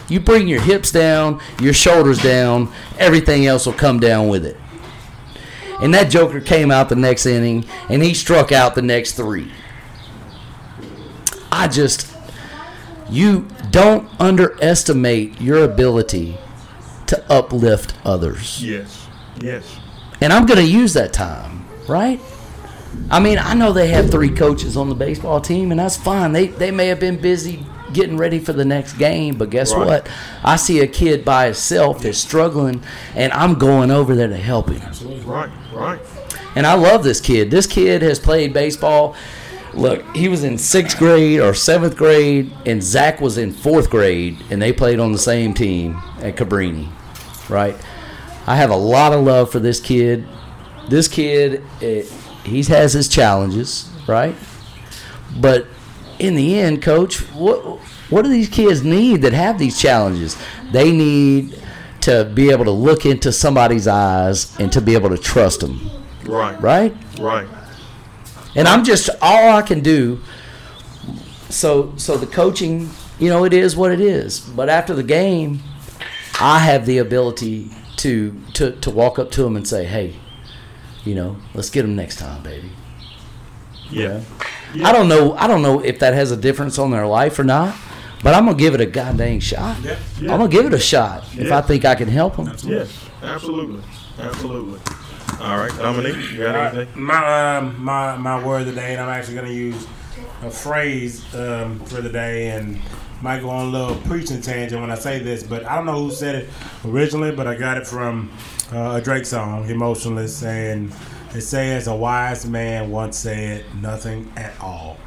You bring your hips down, your shoulders down, everything else will come down with it. And that Joker came out the next inning and he struck out the next three. I just you don't underestimate your ability to uplift others.
Yes, yes.
And I'm going to use that time, right? I mean, I know they have three coaches on the baseball team, and that's fine. They, they may have been busy getting ready for the next game, but guess
Right.
what? I see a kid by himself that's struggling, and I'm going over there to help him.
Right, right.
And I love this kid. This kid has played baseball. Look, he was in sixth grade or seventh grade, and Zach was in fourth grade, and they played on the same team at Cabrini, right? I have a lot of love for this kid. This kid, eh, he has his challenges, right? But in the end, coach, what what do these kids need that have these challenges? They need to be able to look into somebody's eyes and to be able to trust them,
Right.
right?
Right.
And I'm just all I can do. So so the coaching, you know, it is what it is. But after the game, I have the ability to to to walk up to them and say, "Hey, you know, let's get them next time, baby."
Yeah.
I don't know. I don't know if that has a difference on their life or not. But I'm gonna give it a goddamn shot.
Yeah, yeah.
I'm gonna give it a shot if
Yeah.
I think I can help them.
Yes. Absolutely. Absolutely. All right, Dominique, you got
Uh,
anything?
my um, my my word today, and I'm actually going to use a phrase um, for the day, and might go on a little preaching tangent when I say this, but I don't know who said it originally, but I got it from uh, a Drake song, "Emotionless," and it says, "A wise man once said nothing at all."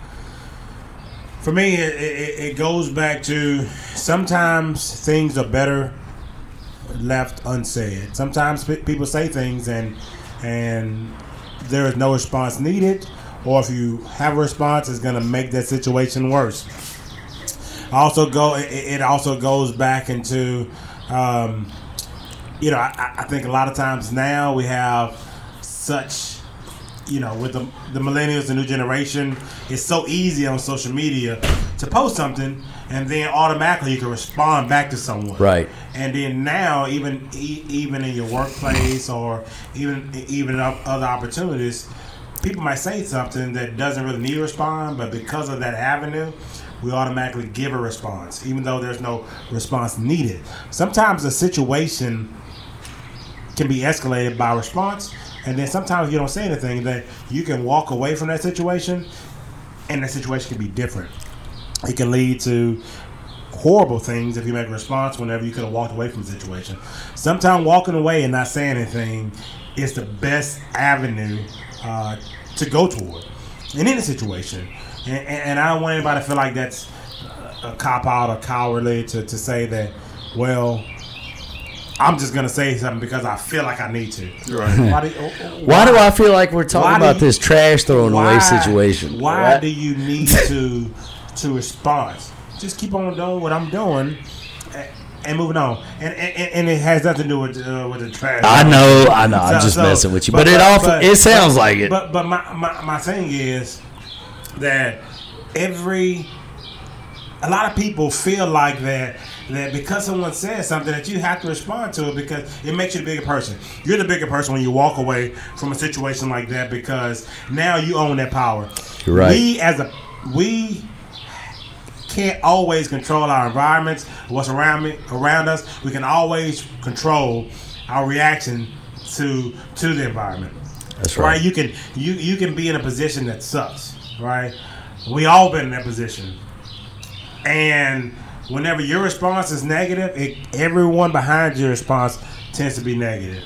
For me, it, it, it goes back to sometimes things are better left unsaid. Sometimes pe- people say things and and there is no response needed, or if you have a response, it's going to make that situation worse. Also, go it, it also goes back into um, you know I, I- I think a lot of times now we have such you know with the, the millennials the new generation it's so easy on social media to post something and then automatically you can respond back to someone
Right.
and then now even e- even in your workplace or even even o- other opportunities people might say something that doesn't really need a response but because of that avenue we automatically give a response even though there's no response needed sometimes a situation can be escalated by response and then sometimes you don't say anything that you can walk away from that situation and that situation can be different it can lead to horrible things if you make a response whenever you could have walked away from the situation. Sometimes walking away and not saying anything is the best avenue uh, to go toward in any situation. And, and, and I don't want anybody to feel like that's a cop out or cowardly to, to say that, well, I'm just going to say something because I feel like I need to.
Right.
Why do,
Why do I feel like we're talking
Why do
about
you-
this trash throwing away situation?
Why
Right?
do you need to to respond? Just keep on doing what I'm doing a- and moving on. And and, and it has nothing to do with uh, with the trash.
I know, I know.
So-
I'm just
so-
messing with you, but, it all it sounds like it.
But but my, my my thing is that every a lot of people feel like that that because someone says something that you have to respond to it because it makes you the bigger person. You're the bigger person when you walk away from a situation like that because now you own that power.
You're right.
We as a we can't always control our environments, what's around me, around us. We can always control our reaction to to the environment.
That's
right.
right.
You can you you can be in a position that sucks. Right. We all been in that position, and whenever your response is negative, it, everyone behind your response tends to be negative.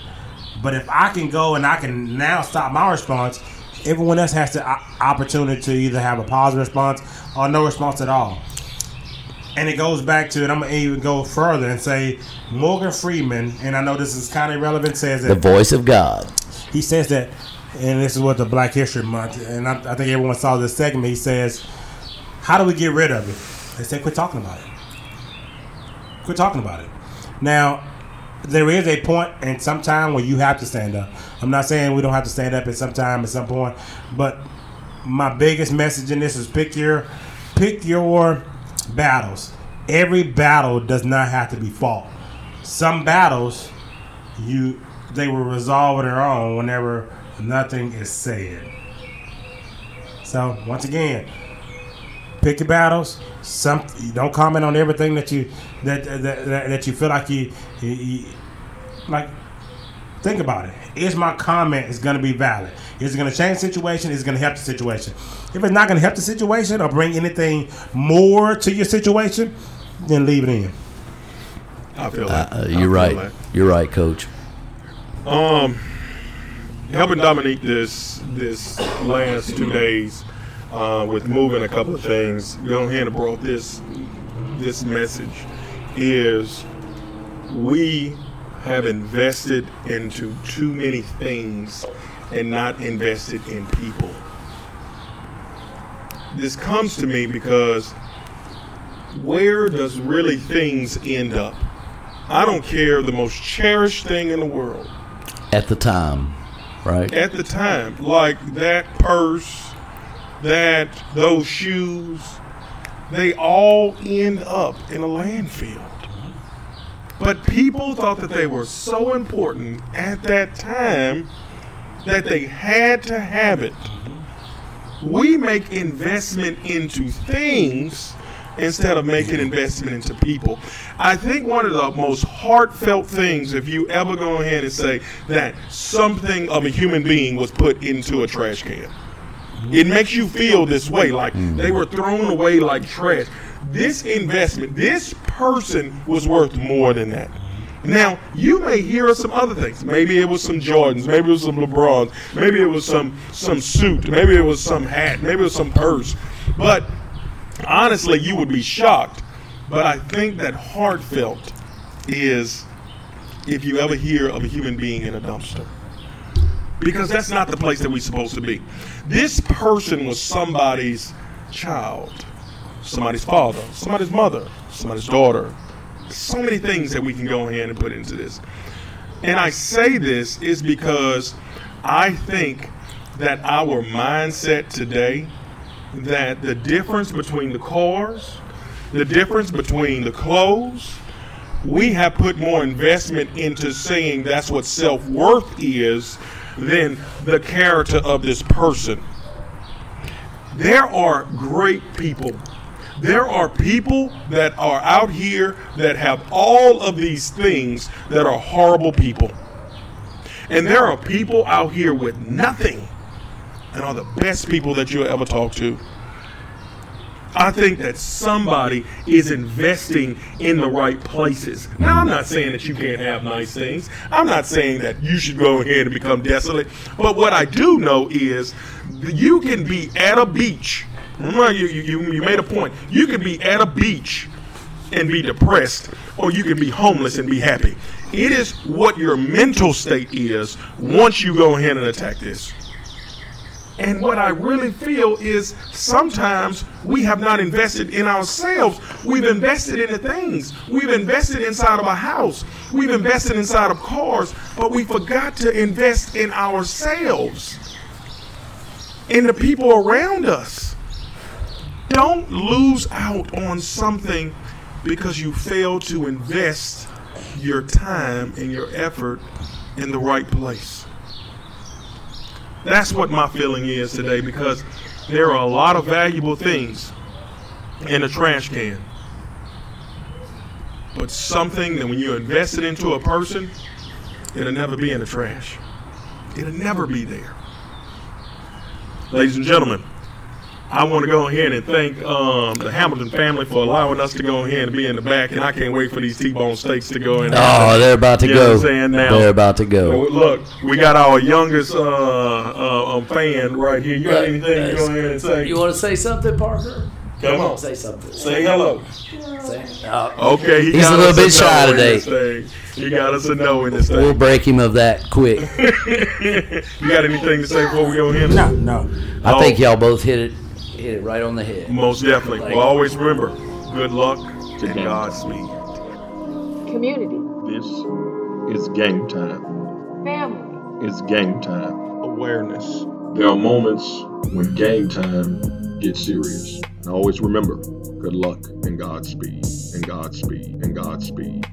But if I can go and I can now stop my response, everyone else has the o- opportunity to either have a positive response or no response at all. And it goes back to, and I'm gonna even go further and say Morgan Freeman, and I know this is kind of irrelevant, says
the
that
voice of God.
he says that, and this is what the Black History Month, and I, I think everyone saw this segment. He says, "How do we get rid of it?" They say, "Quit talking about it. Quit talking about it." Now, there is a point and sometime where you have to stand up. I'm not saying we don't have to stand up at some time at some point, but my biggest message in this is pick your pick your battles. Every battle does not have to be fought. Some battles you they will resolve on their own whenever nothing is said. So once again, pick your battles. Some don't comment on everything that you that that, that, that you feel like you, you, you like. Think about it. Is my comment is going to be valid? Is it going to change the situation? Is it going to help the situation? If it's not going to help the situation or bring anything more to your situation, then leave it in.
I feel that.
Uh,
I
you're
feel
right.
that.
You're right, Coach.
Um, helping Dominique this this last two days uh, with moving a couple of things. Go ahead and brought this this message is we have invested into too many things and not invested in people. this comes to me because where does really things end up? I don't care the most cherished thing in the world
at the time, right?
at the time, like that purse, that those shoes, they all end up in a landfill. But people thought that they were so important at that time that they had to have it. We make investment into things instead of making investment into people. I think one of the most heartfelt things, if you ever go ahead and say that something of a human being was put into a trash can, it makes you feel this way, like they were thrown away like trash. This investment, this person was worth more than that. Now, you may hear some other things. Maybe it was some Jordans, maybe it was some LeBrons, maybe it was some some suit, maybe it was some hat, maybe it was some purse. But honestly, you would be shocked. But I think that heartfelt is if you ever hear of a human being in a dumpster. Because that's not the place that we're supposed to be. This person was somebody's child, somebody's father, somebody's mother, somebody's daughter. So many things that we can go ahead and put into this. And I say this is because I think that our mindset today that the difference between the cars, the difference between the clothes, we have put more investment into saying that's what self worth is than the character of this person. There are great people. There are people that are out here that have all of these things that are horrible people. And there are people out here with nothing and are the best people that you'll ever talk to. I think that somebody is investing in the right places. Now, I'm not saying that you can't have nice things. I'm not saying that you should go ahead and become desolate. But what I do know is that you can be at a beach. Remember, you, you, you- you made a point. You can be at a beach and be depressed, or you can be homeless and be happy. It is what your mental state is once you go ahead and attack this. And what I really feel is sometimes we have not invested in ourselves. We've invested in the things. We've invested inside of a house. We've invested inside of cars, but we forgot to invest in ourselves, in the people around us. Don't lose out on something because you fail to invest your time and your effort in the right place. That's what my feeling is today because there are a lot of valuable things in a trash can. But something that when you invest it into a person, it'll never be in the trash. It'll never be there. Ladies and gentlemen, I want to go ahead and thank um, the Hamilton family for allowing us to go ahead and be in the back, and I can't wait for these T-bone steaks to go in.
Oh, they're about to
You know
go.
what I'm saying? Now-
they're about to go.
Well, Look, we got our youngest uh, uh, um, fan right here. You got
Right.
anything you go ahead and say?
You want to say something, Parker?
Come on,
Say something.
say hello.
Say- uh,
Okay, he
He's
got
a little
us
bit shy
no in
today.
this thing. You got us a no in this
we'll
thing.
break him of that quick.
you got anything to say before we go in?
No, no.
I
Oh.
think y'all both hit it hit it right on the head.
Most definitely.
Like-
Well, always remember, good luck and Godspeed.
community,
This is game time.
family.
It's game time.
Awareness.
There are moments when game time gets serious. And always remember, good luck and Godspeed and Godspeed and Godspeed.